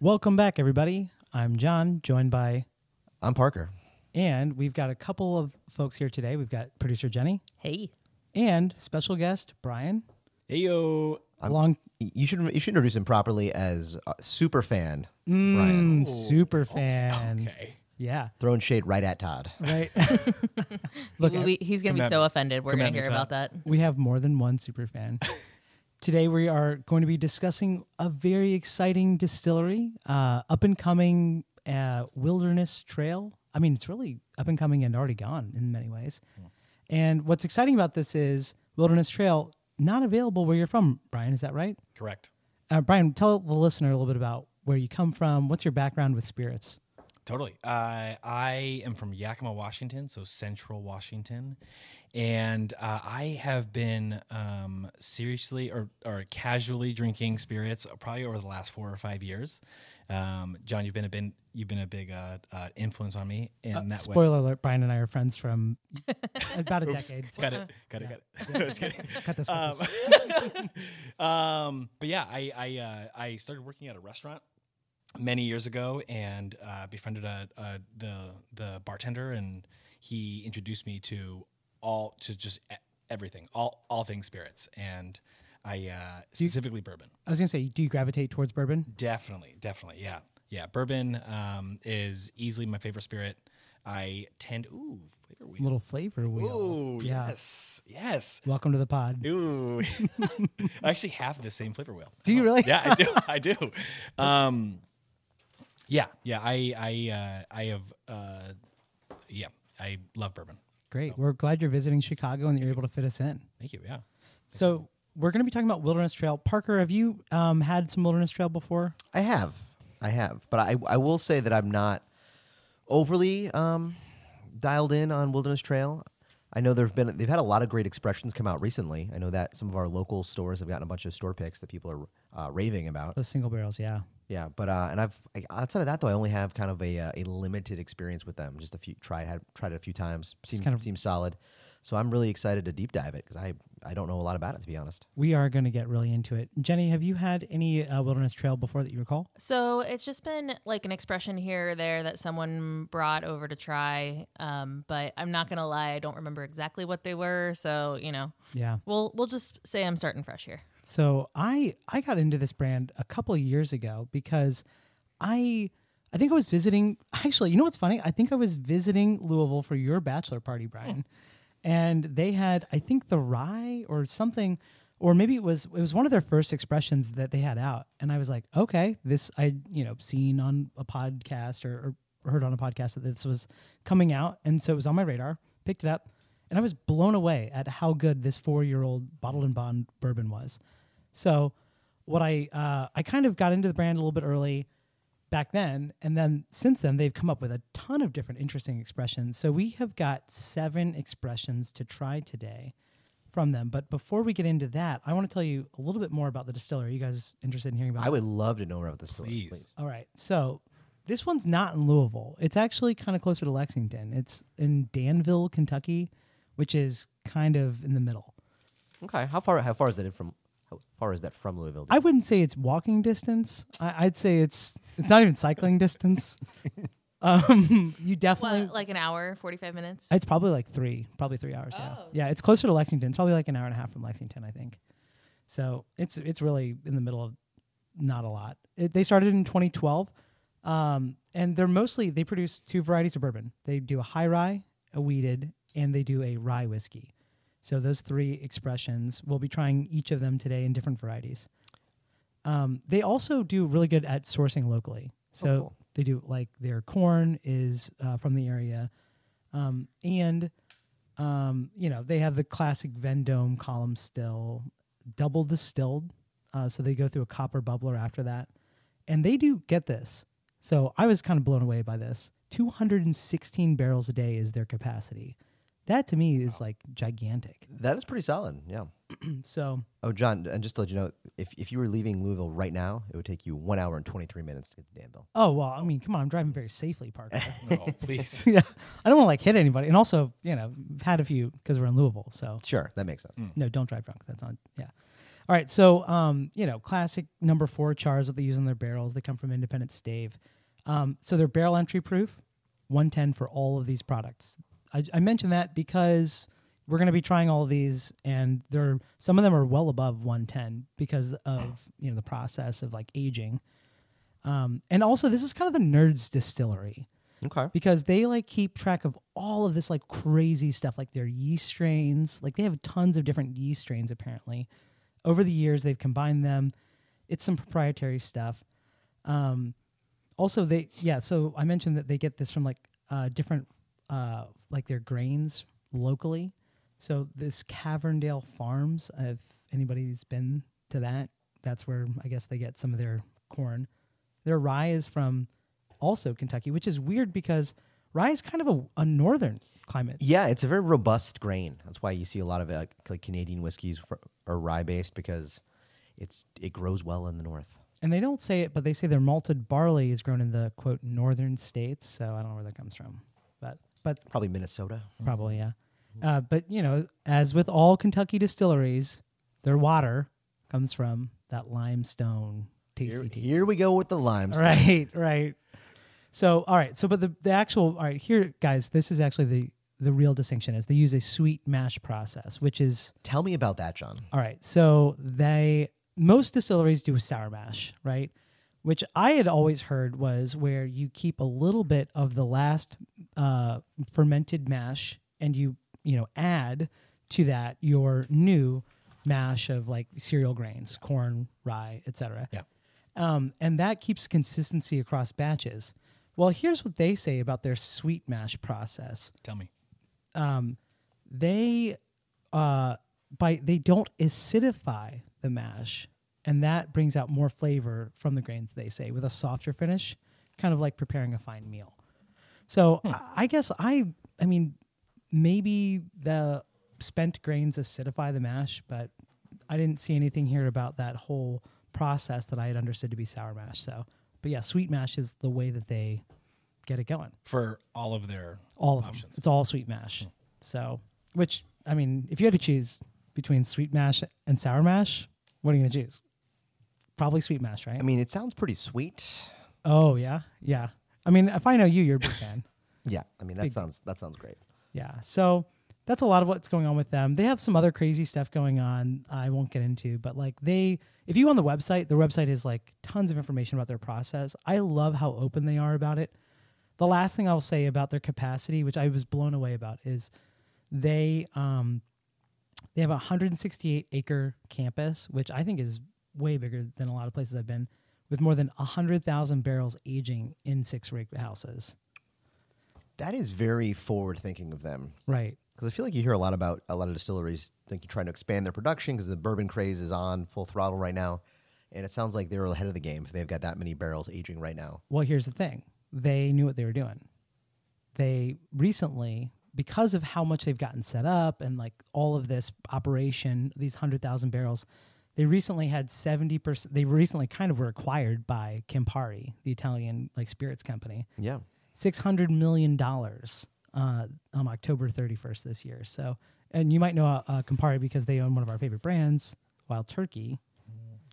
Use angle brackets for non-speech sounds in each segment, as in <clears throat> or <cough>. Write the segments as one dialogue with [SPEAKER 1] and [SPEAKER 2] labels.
[SPEAKER 1] Welcome back, everybody. I'm John, joined by,
[SPEAKER 2] I'm Parker.
[SPEAKER 1] and we've got a couple of folks here today. We've got producer Jenny
[SPEAKER 3] Hey.
[SPEAKER 1] and special guest Brian.
[SPEAKER 4] Ayo.
[SPEAKER 1] long
[SPEAKER 2] Y- You should you should introduce him properly as uh, super fan
[SPEAKER 1] mm,
[SPEAKER 2] Brian,
[SPEAKER 1] super fan.
[SPEAKER 4] Okay.
[SPEAKER 1] Yeah,
[SPEAKER 2] throwing shade right at Todd.
[SPEAKER 1] right.
[SPEAKER 3] Look, we, he's going to be
[SPEAKER 4] come at
[SPEAKER 3] so
[SPEAKER 4] me.
[SPEAKER 3] offended. We're
[SPEAKER 4] Come
[SPEAKER 3] going
[SPEAKER 4] at
[SPEAKER 3] to
[SPEAKER 4] me,
[SPEAKER 3] hear
[SPEAKER 4] Todd.
[SPEAKER 3] about that.
[SPEAKER 1] we have more than one super fan.
[SPEAKER 4] <laughs>
[SPEAKER 1] Today we are going to be discussing a very exciting distillery, uh, up and coming uh, Wilderness Trail. I mean, it's really up and coming and already gone in many ways.
[SPEAKER 4] Hmm.
[SPEAKER 1] And what's exciting about this is Wilderness Trail not available where you're from. Brian, is that right?
[SPEAKER 4] Correct.
[SPEAKER 1] Uh, Brian, tell the listener a little bit about where you come from. What's your background with spirits?
[SPEAKER 4] Totally. Uh, I am from Yakima, Washington, so central Washington. And uh, I have been um, seriously or, or casually drinking spirits probably over the last four or five years. Um, John, you've been a been you've been a big uh, uh, influence on me in that way.
[SPEAKER 1] Spoiler alert: Brian and I are friends
[SPEAKER 4] <laughs>
[SPEAKER 1] from about a decade. So
[SPEAKER 4] Got it. Got it. Got it. <laughs> Just kidding.
[SPEAKER 1] <laughs> cut this. Cut this.
[SPEAKER 4] <laughs> um, but yeah, I I, uh, I started working at a restaurant many years ago and uh, befriended a, a the the bartender, and he introduced me to all to just e- everything, all all things spirits, and I uh, specifically bourbon.
[SPEAKER 1] I was gonna say, do you gravitate towards bourbon?
[SPEAKER 4] Definitely, definitely, yeah, yeah. Bourbon um, is easily my favorite spirit. I tend ooh flavor wheel.
[SPEAKER 1] little flavor wheel.
[SPEAKER 4] Ooh,
[SPEAKER 1] yeah.
[SPEAKER 4] yes, yes.
[SPEAKER 1] Welcome to the pod.
[SPEAKER 4] Ooh. <laughs> I actually have the same flavor wheel.
[SPEAKER 1] Do you really?
[SPEAKER 4] Yeah, I do. <laughs> I do. Um, yeah, yeah. I I uh, I have uh, yeah. I love bourbon.
[SPEAKER 1] Great. We're glad you're visiting Chicago and that you're able to fit us in.
[SPEAKER 4] Thank you. Yeah.
[SPEAKER 1] So we're going to be talking about Wilderness Trail. Parker, have you um, had some Wilderness Trail before?
[SPEAKER 2] I have, I have, but I I will say that I'm not overly um, dialed in on Wilderness Trail. I know there've been they've had a lot of great expressions come out recently. I know that some of our local stores have gotten a bunch of store picks that people are uh, raving about.
[SPEAKER 1] Those single barrels, yeah.
[SPEAKER 2] Yeah, but uh, and I've I, outside of that though, I only have kind of a uh, a limited experience with them. Just a few tried had tried it a few times. Seems
[SPEAKER 1] kind of-
[SPEAKER 2] seems solid. So I'm really excited to deep dive it because I I don't know a lot about it to be honest.
[SPEAKER 1] We are going to get really into it. Jenny, have you had any uh, Wilderness Trail before that you recall?
[SPEAKER 3] So it's just been like an expression here or there that someone brought over to try. Um, but I'm not going to lie, I don't remember exactly what they were. So, you know,
[SPEAKER 1] Yeah.
[SPEAKER 3] we'll, we'll just say I'm starting fresh here.
[SPEAKER 1] So I I got into this brand a couple of years ago because I I think I was visiting <laughs> actually, you know what's funny? I think I was visiting Louisville for your bachelor party, Brian. And they had I think the rye or something or maybe it was it was one of their first expressions that they had out and I was like, "Okay, this I, you know, seen on a podcast or, or heard on a podcast that this was coming out." And so it was on my radar. Picked it up. And I was blown away at how good this four year old bottled and bond bourbon was. So, what I uh, I kind of got into the brand a little bit early back then, and then since then they've come up with a ton of different interesting expressions. So we have got seven expressions to try today from them. But before we get into that, I want to tell you a little bit more about the distillery. You guys interested in hearing about?
[SPEAKER 2] I
[SPEAKER 1] it?
[SPEAKER 2] would love to know more about this. story,
[SPEAKER 4] Please.
[SPEAKER 1] All right. So this one's not in Louisville. It's actually kind of closer to Lexington. It's in Danville, Kentucky, which is kind of in the middle.
[SPEAKER 2] Okay, how far how far is that from how far is that from Louisville?
[SPEAKER 1] I wouldn't say it's walking distance. I, I'd say it's it's not even cycling distance. Um, you definitely.
[SPEAKER 3] What, like an hour, 45 minutes?
[SPEAKER 1] It's probably like three, probably three hours. Yeah, yeah. It's closer to Lexington. It's probably like an hour and a half from Lexington, I think. So it's it's really in the middle of not a lot. It, they started in 2012, um, and they're mostly they produce two varieties of bourbon. They do a high rye, a weeded, and they do a rye whiskey. So those three expressions, we'll be trying each of them today in different varieties. Um, they also do really good at sourcing locally. So
[SPEAKER 2] cool.
[SPEAKER 1] they do like their corn is uh, from the area, um, and um, you know they have the classic Vendome column still double distilled. Uh, so they go through a copper bubbler after that, and they do get this. So I was kind of blown away by this. 216 barrels a day is their capacity. That to me is like gigantic.
[SPEAKER 2] that is pretty solid. Yeah.
[SPEAKER 1] So
[SPEAKER 2] Oh, John, and just to let you know, if if you were leaving Louisville right now, it would take you one hour and twenty three minutes to get to Danville.
[SPEAKER 1] Oh well, I mean, come on, I'm driving very safely, Parker. <laughs>
[SPEAKER 4] No, Oh, please.
[SPEAKER 1] yeah, I don't want to like hit anybody, and also, you know, I've had a few because we're in Louisville, so Mm.
[SPEAKER 2] Sure, that makes sense.
[SPEAKER 1] no, don't drive drunk. That's not yeah. All right, so um, you know, classic number four chars that they use on their barrels. They come from Independent Stave. Um, so they're barrel entry proof, 110 for all of these products. I, I mentioned that because we're going to be trying all of these, and they're some of them are well above 110 because of you know the process of like aging. Um, and also, this is kind of the nerds distillery
[SPEAKER 2] Okay.
[SPEAKER 1] because they like keep track of all of this like crazy stuff like their yeast strains like they have tons of different yeast strains apparently over the years they've combined them it's some proprietary stuff um also they yeah so i mentioned that they get this from like uh different uh like their grains locally so this caverndale farms if anybody's been to that that's where i guess they get some of their corn their rye is from also Kentucky, which is weird because rye is kind of a, a northern climate.
[SPEAKER 2] Yeah, it's a very robust grain. That's why you see a lot of uh, like Canadian whiskeys fr are rye based because it's it grows well in the north.
[SPEAKER 1] And they don't say it, but they say their malted barley is grown in the quote northern states. So I don't know where that comes from, but but
[SPEAKER 2] Probably Minnesota.
[SPEAKER 1] probably yeah. Uh, but you know, as with all Kentucky distilleries, their water comes from that limestone tasty.
[SPEAKER 2] Here,
[SPEAKER 1] tasty.
[SPEAKER 2] here we go with the limes.
[SPEAKER 1] Right, right. So, all right. So, but the, the actual, all right, here, guys, this is actually the, the real distinction is they use a sweet mash process, which is,
[SPEAKER 2] Tell me about that, John.
[SPEAKER 1] all right. So they, most distilleries do a sour mash, right? Which I had always heard was where you keep a little bit of the last uh, fermented mash and you, you know, add to that your new mash of like cereal grains, corn, rye, etc
[SPEAKER 4] <laughs> Yeah.
[SPEAKER 1] um, and that keeps consistency across batches. Well, here's what they say about their sweet mash process.
[SPEAKER 4] Tell me.
[SPEAKER 1] They uh, by they don't acidify the mash, and that brings out more flavor from the grains. They say with a softer finish, kind of like preparing a fine meal. So I, I guess I I mean maybe the spent grains acidify the mash, but I didn't see anything here about that whole process that I had understood to be sour mash. So, but yeah, sweet mash is the way that they get it going.
[SPEAKER 4] For all of their
[SPEAKER 1] All of them. It's all sweet mash. So, which I mean, if you had to choose between sweet mash and sour mash, what are you gonna choose? Probably sweet mash, right?
[SPEAKER 2] I mean, it sounds pretty sweet.
[SPEAKER 1] oh yeah, yeah. I mean, if I know you, you're a big fan.
[SPEAKER 2] Yeah, I mean that sounds that sounds great.
[SPEAKER 1] Yeah. So that's a lot of what's going on with them. They have some other crazy stuff going on I won't get into, but like they if you go on the website, their website is like tons of information about their process. I love how open they are about it. The last thing I'll say about their capacity, which I was blown away about, is they um they have a 168 acre campus, which I think is way bigger than a lot of places I've been, with more than 100,000 barrels aging in six rig houses.
[SPEAKER 2] That is very forward thinking of them.
[SPEAKER 1] Right.
[SPEAKER 2] Because I feel like you hear a lot about a lot of distilleries like trying to expand their production because the bourbon craze is on full throttle right now, and it sounds like they're ahead of the game if they've got that many barrels aging right now.
[SPEAKER 1] Well, here's the thing they knew what they were doing. They recently, because of how much they've gotten set up and like all of this operation, these 100,000 barrels, they recently had 70%. They recently kind of were acquired by Campari, the Italian like spirits company.
[SPEAKER 2] Yeah,
[SPEAKER 1] $600 million uh, on October 31st this year. So, and you might know uh, uh, Campari because they own one of our favorite brands, Wild Turkey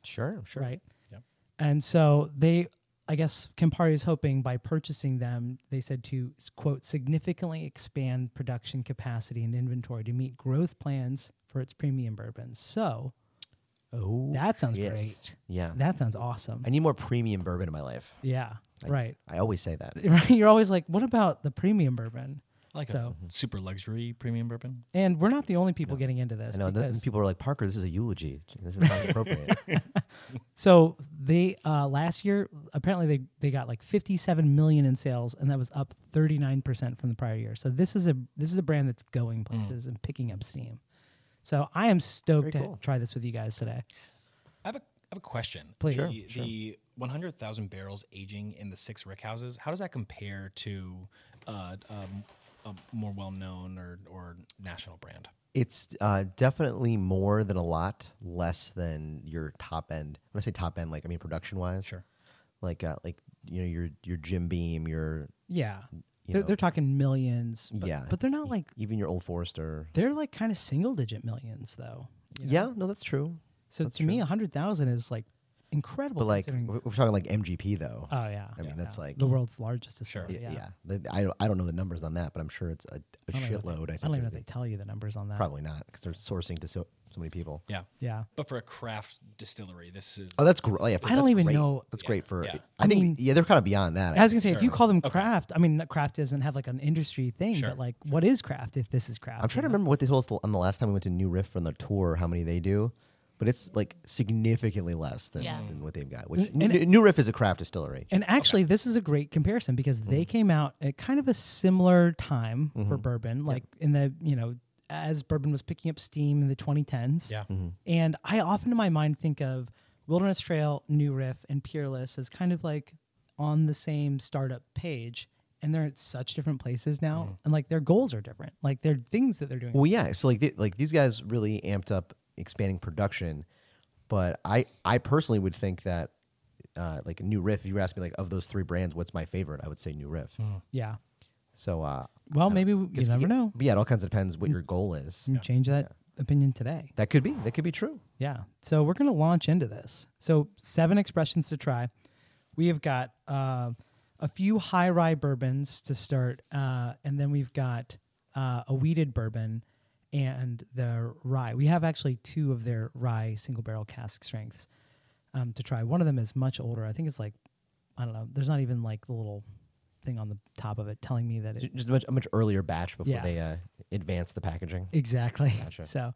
[SPEAKER 2] sure, sure.
[SPEAKER 1] right?
[SPEAKER 4] Yep.
[SPEAKER 1] And so they, I guess, Campari is hoping by purchasing them, they said to quote significantly expand production capacity and inventory to meet growth plans for its premium bourbons. So
[SPEAKER 2] Oh,
[SPEAKER 1] that sounds
[SPEAKER 2] yes.
[SPEAKER 1] great.
[SPEAKER 2] Yeah,
[SPEAKER 1] That sounds awesome.
[SPEAKER 2] I need more premium bourbon in my life.
[SPEAKER 1] yeah, right. <laughs>
[SPEAKER 2] I always say that.
[SPEAKER 1] Right. You're always like, what about the premium bourbon?
[SPEAKER 4] I like
[SPEAKER 1] So-
[SPEAKER 4] a super luxury premium bourbon.
[SPEAKER 1] And we're not the only people getting into this.
[SPEAKER 2] I know.
[SPEAKER 1] because-
[SPEAKER 2] Then people are like, Parker, this is a eulogy. This is
[SPEAKER 1] <laughs>
[SPEAKER 2] not appropriate.
[SPEAKER 1] So they uh, last year apparently they, they got like 57 million in sales and that was up 39 percent from the prior year. So this is a this is a brand that's going places and picking up steam. So I am stoked
[SPEAKER 2] Mm. Very
[SPEAKER 1] to
[SPEAKER 2] cool.
[SPEAKER 1] try this with you guys today.
[SPEAKER 4] I have a, I have a question.
[SPEAKER 1] Please. Sure,
[SPEAKER 4] The, the 100,000 barrels aging in the six rick houses, how does that compare to uh, um, a more well known or, or national brand?
[SPEAKER 2] it's uh, definitely more than a lot, less than your top end. When I say top end, like I mean production wise.
[SPEAKER 4] Sure.
[SPEAKER 2] Like uh, like you know your your Jim Beam, your
[SPEAKER 1] Yeah,
[SPEAKER 2] You
[SPEAKER 1] they're,
[SPEAKER 2] know.
[SPEAKER 1] they're talking millions. But,
[SPEAKER 2] Yeah.
[SPEAKER 1] but they're not like
[SPEAKER 2] even your Old Forester.
[SPEAKER 1] they're like kind of single digit millions though.
[SPEAKER 2] Yeah. no, that's true.
[SPEAKER 1] So to me, a hundred thousand is like incredible.
[SPEAKER 2] But like
[SPEAKER 1] considering-
[SPEAKER 2] we're we're talking like MGP though.
[SPEAKER 1] oh yeah,
[SPEAKER 2] I mean, that's like-
[SPEAKER 1] the world's largest.
[SPEAKER 4] Sure.
[SPEAKER 1] distillery, yeah.
[SPEAKER 2] yeah. The- I don't, I don't know the numbers on that, but I'm sure it's a, a
[SPEAKER 1] I don't even know if
[SPEAKER 2] shitload.
[SPEAKER 1] they-
[SPEAKER 2] I
[SPEAKER 1] I
[SPEAKER 2] think
[SPEAKER 1] don't even
[SPEAKER 2] is
[SPEAKER 1] know if
[SPEAKER 2] the-
[SPEAKER 1] they tell you the numbers on that.
[SPEAKER 2] probably not because they're sourcing to so, so many people.
[SPEAKER 4] Yeah.
[SPEAKER 1] Yeah.
[SPEAKER 4] But for a craft distillery, this is
[SPEAKER 2] Oh, that's great. yeah,
[SPEAKER 1] I don't
[SPEAKER 2] that's
[SPEAKER 1] even
[SPEAKER 2] great.
[SPEAKER 1] know-
[SPEAKER 2] That's great for.
[SPEAKER 4] yeah.
[SPEAKER 2] I,
[SPEAKER 1] I
[SPEAKER 2] think
[SPEAKER 1] mean-
[SPEAKER 2] yeah, they're kind of beyond that.
[SPEAKER 1] I was gonna say, if you
[SPEAKER 4] Sure.
[SPEAKER 1] call them
[SPEAKER 4] Okay.
[SPEAKER 1] craft, I mean, craft doesn't have like an industry thing,
[SPEAKER 4] Sure.
[SPEAKER 1] but like, what is craft if this is craft?
[SPEAKER 2] I'm trying to remember what they told us the- on the last time we went to New Riff on the tour, how many they do, but it's like significantly less than,
[SPEAKER 3] Yeah.
[SPEAKER 2] than what they've got. Which N- New Riff is a craft distillery.
[SPEAKER 1] And actually, this is a great comparison because they
[SPEAKER 4] Mm-hmm.
[SPEAKER 1] came out at kind of a similar time for bourbon, like in the you know as bourbon was picking up steam in the 2010s.
[SPEAKER 4] Yeah.
[SPEAKER 1] And I often in my mind think of Wilderness Trail, New Riff, and Peerless as kind of like on the same startup page, and they're at such different places now,
[SPEAKER 4] Mm.
[SPEAKER 1] and like their goals are different, like their things that they're doing.
[SPEAKER 2] Well, yeah. So like, they, like these guys really amped up expanding production, but I, I personally would think that, uh, like New Riff. If you were asking me, like, of those three brands, what's my favorite? I would say New Riff.
[SPEAKER 1] yeah.
[SPEAKER 2] So, uh,
[SPEAKER 1] Well, maybe we, Hmm. you never
[SPEAKER 2] yeah,
[SPEAKER 1] know. Mm.
[SPEAKER 2] But yeah, it all kinds of depends what your goal is.
[SPEAKER 1] You Change that opinion today.
[SPEAKER 2] That could be. That could be true.
[SPEAKER 1] Yeah. So we're going to launch into this. So, seven expressions to try. We have got uh, a few high rye bourbons to start, uh, and then we've got uh, a weeded bourbon and the rye. We have actually two of their rye single barrel cask strengths um, to try. One of them is much older. I think it's like, I don't know, there's not even like the little thing on the top of it telling me that it,
[SPEAKER 2] Just a much, a much earlier batch before
[SPEAKER 1] Yeah.
[SPEAKER 2] they uh, advance the packaging.
[SPEAKER 1] Exactly. <laughs> So, all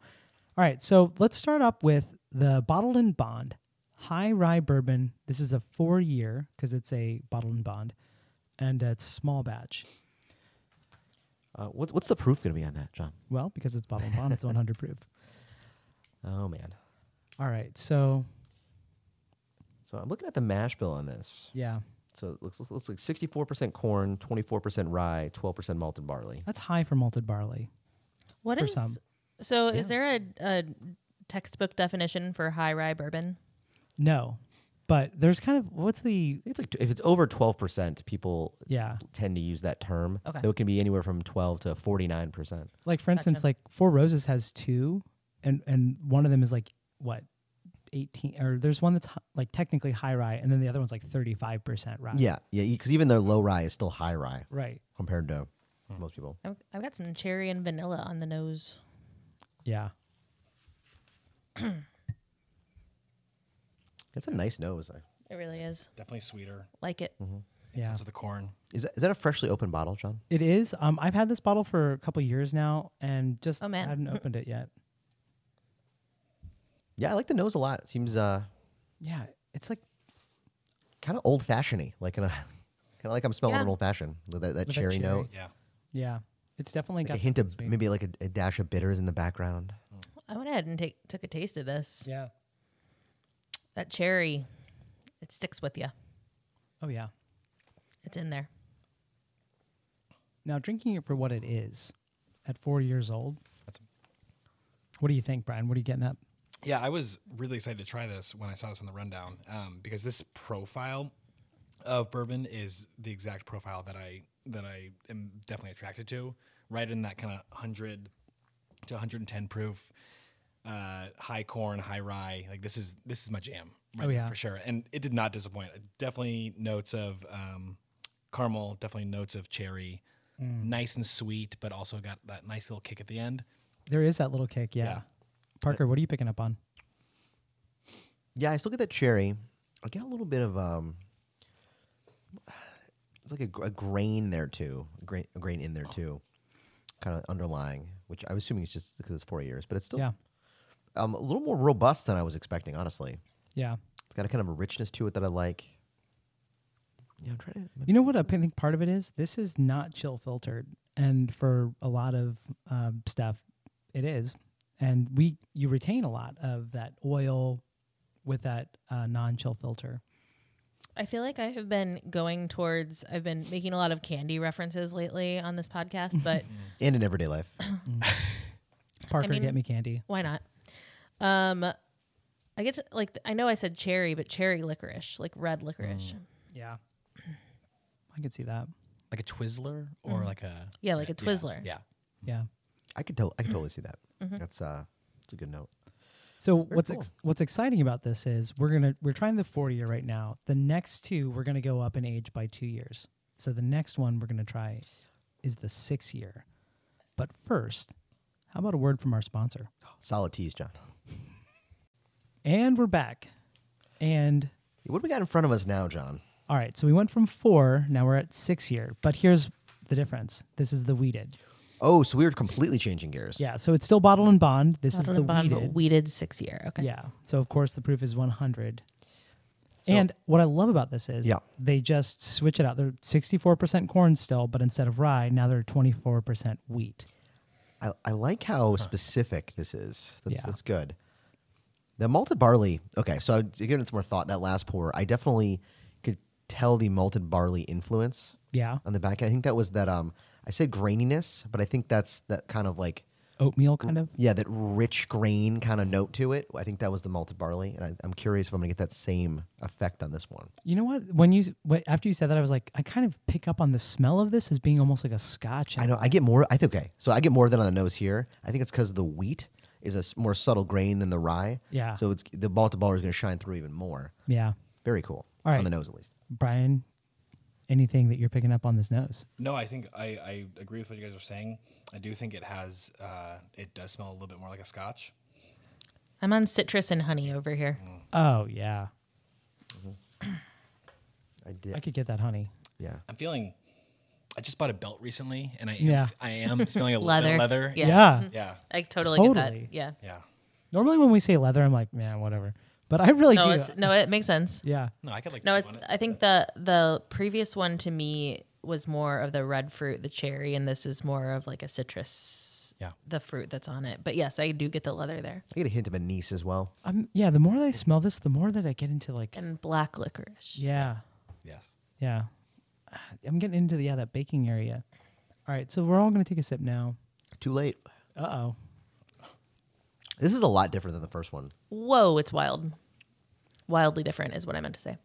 [SPEAKER 1] right. So let's start up with the bottled and bond high rye bourbon. This is a four year because it's a bottled and bond, and it's small batch.
[SPEAKER 2] Uh, what, what's the proof going to be on that, John?
[SPEAKER 1] Well, because it's bottled and bond, it's 100 proof.
[SPEAKER 2] Oh man.
[SPEAKER 1] All right. So
[SPEAKER 2] So I'm looking at the mash bill on this.
[SPEAKER 1] yeah,
[SPEAKER 2] So it looks, looks like 64% corn, 24% rye, 12% malted barley.
[SPEAKER 1] that's high for malted barley.
[SPEAKER 3] What
[SPEAKER 1] For
[SPEAKER 3] is
[SPEAKER 1] some.
[SPEAKER 3] so? Is there a, a textbook definition for high rye bourbon?
[SPEAKER 1] No, but there's kind of what's the
[SPEAKER 2] It's like if it's over 12%, people
[SPEAKER 1] yeah
[SPEAKER 2] tend to use that term.
[SPEAKER 3] Okay.
[SPEAKER 2] Though it can be anywhere from 12 to 49%.
[SPEAKER 1] like for instance like Four Roses has two, and and one of them is like what. 18 or there's one that's hi- like technically high rye and then the other one's like 35% rye.
[SPEAKER 2] Yeah, yeah, because even their low rye is still high rye
[SPEAKER 1] Right.
[SPEAKER 2] compared to most people.
[SPEAKER 3] I've, I've got some cherry and vanilla on the nose.
[SPEAKER 1] Yeah.
[SPEAKER 2] It's a nice nose. uh,
[SPEAKER 3] It really is.
[SPEAKER 4] definitely sweeter.
[SPEAKER 3] Like it.
[SPEAKER 4] Mm-hmm.
[SPEAKER 1] Yeah.
[SPEAKER 4] To the corn.
[SPEAKER 2] Is that, is that a freshly opened bottle, John?
[SPEAKER 1] It is. Um, I've had this bottle for a couple years now and just
[SPEAKER 3] Oh, man. <laughs>
[SPEAKER 1] hadn't opened it yet.
[SPEAKER 2] Yeah, I like the nose a lot. It seems uh,
[SPEAKER 1] Yeah. It's like
[SPEAKER 2] kind of old fashioned like in a kind of like I'm smelling
[SPEAKER 3] Yeah.
[SPEAKER 2] an old fashioned. That, that,
[SPEAKER 1] that cherry.
[SPEAKER 2] cherry, note,
[SPEAKER 4] Yeah.
[SPEAKER 1] yeah. It's definitely
[SPEAKER 2] a
[SPEAKER 1] got
[SPEAKER 2] hint of
[SPEAKER 1] sweet.
[SPEAKER 2] maybe like a, a dash of bitters in the background.
[SPEAKER 3] I went ahead and take took a taste of this.
[SPEAKER 1] Yeah.
[SPEAKER 3] That cherry, it sticks with you.
[SPEAKER 1] Oh yeah.
[SPEAKER 3] It's in there.
[SPEAKER 1] Now drinking it for what it is, at four years old.
[SPEAKER 4] That's-
[SPEAKER 1] What do you think, Brian? What are you getting up?
[SPEAKER 4] Yeah, I was really excited to try this when I saw this on the rundown um, because this profile of bourbon is the exact profile that I that I am definitely attracted to, right in that kind of hundred to 110 proof, uh, high corn, high rye. Like this is this is my jam, right
[SPEAKER 1] Oh,
[SPEAKER 4] now
[SPEAKER 1] yeah.
[SPEAKER 4] for sure. And it did not disappoint. Definitely notes of um, caramel, definitely notes of cherry,
[SPEAKER 1] Mm.
[SPEAKER 4] nice and sweet, but also got that nice little kick at the end.
[SPEAKER 1] There is that little kick. Yeah.
[SPEAKER 4] Yeah.
[SPEAKER 1] Parker, what are you picking up on?
[SPEAKER 2] Yeah, I still get that cherry. I get a little bit of um, it's like a, gr- a grain there too, a grain, a grain in there too, kind of underlying. Which I'm assuming it's just because it's four years, but it's still
[SPEAKER 1] Yeah.
[SPEAKER 2] um, a little more robust than I was expecting. Honestly,
[SPEAKER 1] Yeah.
[SPEAKER 2] it's got a kind of a richness to it that I like. Yeah, I'm trying to.
[SPEAKER 1] You know what I think part of it is? This is not chill filtered, and for a lot of um, stuff, it is. And we you retain a lot of that oil with that uh, non chill filter.
[SPEAKER 3] I feel like I have been going towards. I've been making a lot of candy references lately on this <laughs> podcast, but
[SPEAKER 2] And in everyday life,
[SPEAKER 1] Parker,
[SPEAKER 3] mean-
[SPEAKER 1] get me candy.
[SPEAKER 3] why not? Um, I guess like I know I said cherry, but cherry licorice, like red
[SPEAKER 1] Mm.
[SPEAKER 3] licorice.
[SPEAKER 1] Yeah, I can see that.
[SPEAKER 4] like a Twizzler or like a
[SPEAKER 3] Mm-hmm. Yeah, like a Twizzler.
[SPEAKER 4] Yeah,
[SPEAKER 1] Yeah. Mm-hmm.
[SPEAKER 2] I could tell. I could totally see that. That's uh, it's a good note.
[SPEAKER 1] So what's ex- what's exciting about this is we're gonna we're trying the 40 year right now. The next two we're gonna go up in age by two years. So the next one we're gonna try is the six year. But first, how about a word from our sponsor?
[SPEAKER 2] Solid tease, John.
[SPEAKER 1] And we're back. And
[SPEAKER 2] What do we got in front of us now, John?
[SPEAKER 1] all right, so we went from four, now we're at six year. But here's the difference. This is the weeded.
[SPEAKER 2] Oh, so we were completely changing gears.
[SPEAKER 1] Yeah, so it's still bottle and bond. This
[SPEAKER 3] Bottled
[SPEAKER 1] is the
[SPEAKER 3] and bond, but
[SPEAKER 1] weeded.
[SPEAKER 3] weeded six year. Okay.
[SPEAKER 1] Yeah. So of course the proof is 100. and what I love about this is
[SPEAKER 2] Yeah.
[SPEAKER 1] they just switch it out. They're 64% corn still, but instead of rye, now they're 24% wheat.
[SPEAKER 2] I, I like how specific this is. That's,
[SPEAKER 1] Yeah.
[SPEAKER 2] that's good. The malted barley. Okay, so I- to give it some more thought, that last pour, I definitely could tell the malted barley influence
[SPEAKER 1] Yeah.
[SPEAKER 2] on the back end. I think that was that. Um, I said graininess, but I think that's that kind of like
[SPEAKER 1] Oatmeal kind of.
[SPEAKER 2] yeah, that rich grain kind of note to it. I think that was the malted barley, and I, I'm curious if I'm gonna get that same effect on this one.
[SPEAKER 1] You know what? When you wh- after you said that I was like I kind of pick up on the smell of this as being almost like a scotch.
[SPEAKER 2] I know I get more. I think okay, so I get more than on the nose here. I think it's because the wheat is a s- more subtle grain than the rye.
[SPEAKER 1] Yeah.
[SPEAKER 2] So it's the malted barley is gonna shine through even more.
[SPEAKER 1] Yeah.
[SPEAKER 2] Very cool.
[SPEAKER 1] All right.
[SPEAKER 2] On the nose, at least.
[SPEAKER 1] Brian, anything that you're picking up on this nose?
[SPEAKER 4] No, I think I, I agree with what you guys are saying. I do think it has uh, it does smell a little bit more like a Scotch.
[SPEAKER 3] I'm on citrus and honey over here.
[SPEAKER 1] Oh, yeah.
[SPEAKER 2] I did.
[SPEAKER 1] I could get that honey.
[SPEAKER 2] yeah.
[SPEAKER 4] I'm feeling. I just bought a belt recently, and I am,
[SPEAKER 1] Yeah.
[SPEAKER 4] I am smelling a little bit
[SPEAKER 3] <laughs> Leather.
[SPEAKER 4] of leather.
[SPEAKER 3] Yeah. Mm-hmm.
[SPEAKER 1] Yeah.
[SPEAKER 4] yeah,
[SPEAKER 3] I totally, get
[SPEAKER 1] Totally.
[SPEAKER 3] that. Yeah.
[SPEAKER 4] yeah.
[SPEAKER 1] Normally when we say leather I'm like, man, whatever. But I really
[SPEAKER 3] No,
[SPEAKER 1] do.
[SPEAKER 3] it's no, it makes sense.
[SPEAKER 1] yeah.
[SPEAKER 4] No, I could like
[SPEAKER 3] No, it's,
[SPEAKER 4] chew on it.
[SPEAKER 3] I think the the previous one to me was more of the red fruit, the cherry, and this is more of like a citrus.
[SPEAKER 4] Yeah.
[SPEAKER 3] The fruit that's on it, but yes, I do get the leather there
[SPEAKER 2] I get a hint of anise as well.
[SPEAKER 1] I'm yeah, the more that I smell this, the more that I get into like
[SPEAKER 3] and black licorice.
[SPEAKER 1] Yeah.
[SPEAKER 4] yes.
[SPEAKER 1] Yeah. <sighs> Ah, I'm getting into the yeah, that baking area. All right, so we're all gonna take a sip now.
[SPEAKER 2] Too late.
[SPEAKER 1] Uh oh.
[SPEAKER 2] This is a lot different than the first one.
[SPEAKER 3] Whoa, it's wild, wildly different is what I meant to say.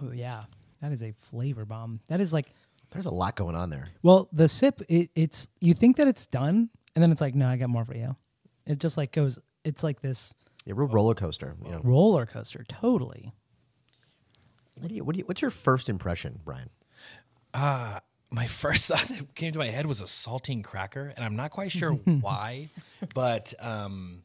[SPEAKER 1] Oh yeah. That is a flavor bomb. That is like
[SPEAKER 2] There's a lot going on there.
[SPEAKER 1] well, the sip it, it's you think that it's done and then it's like, no, I got more for you. It just like goes it's like this
[SPEAKER 2] Yeah, real roller coaster. You know.
[SPEAKER 1] roller coaster, totally.
[SPEAKER 2] What do you, what do you, what's your first impression, Brian?
[SPEAKER 4] My <laughs> first thought that came to my head was a saltine cracker, and I'm not
[SPEAKER 1] <laughs>
[SPEAKER 4] quite sure why, but um,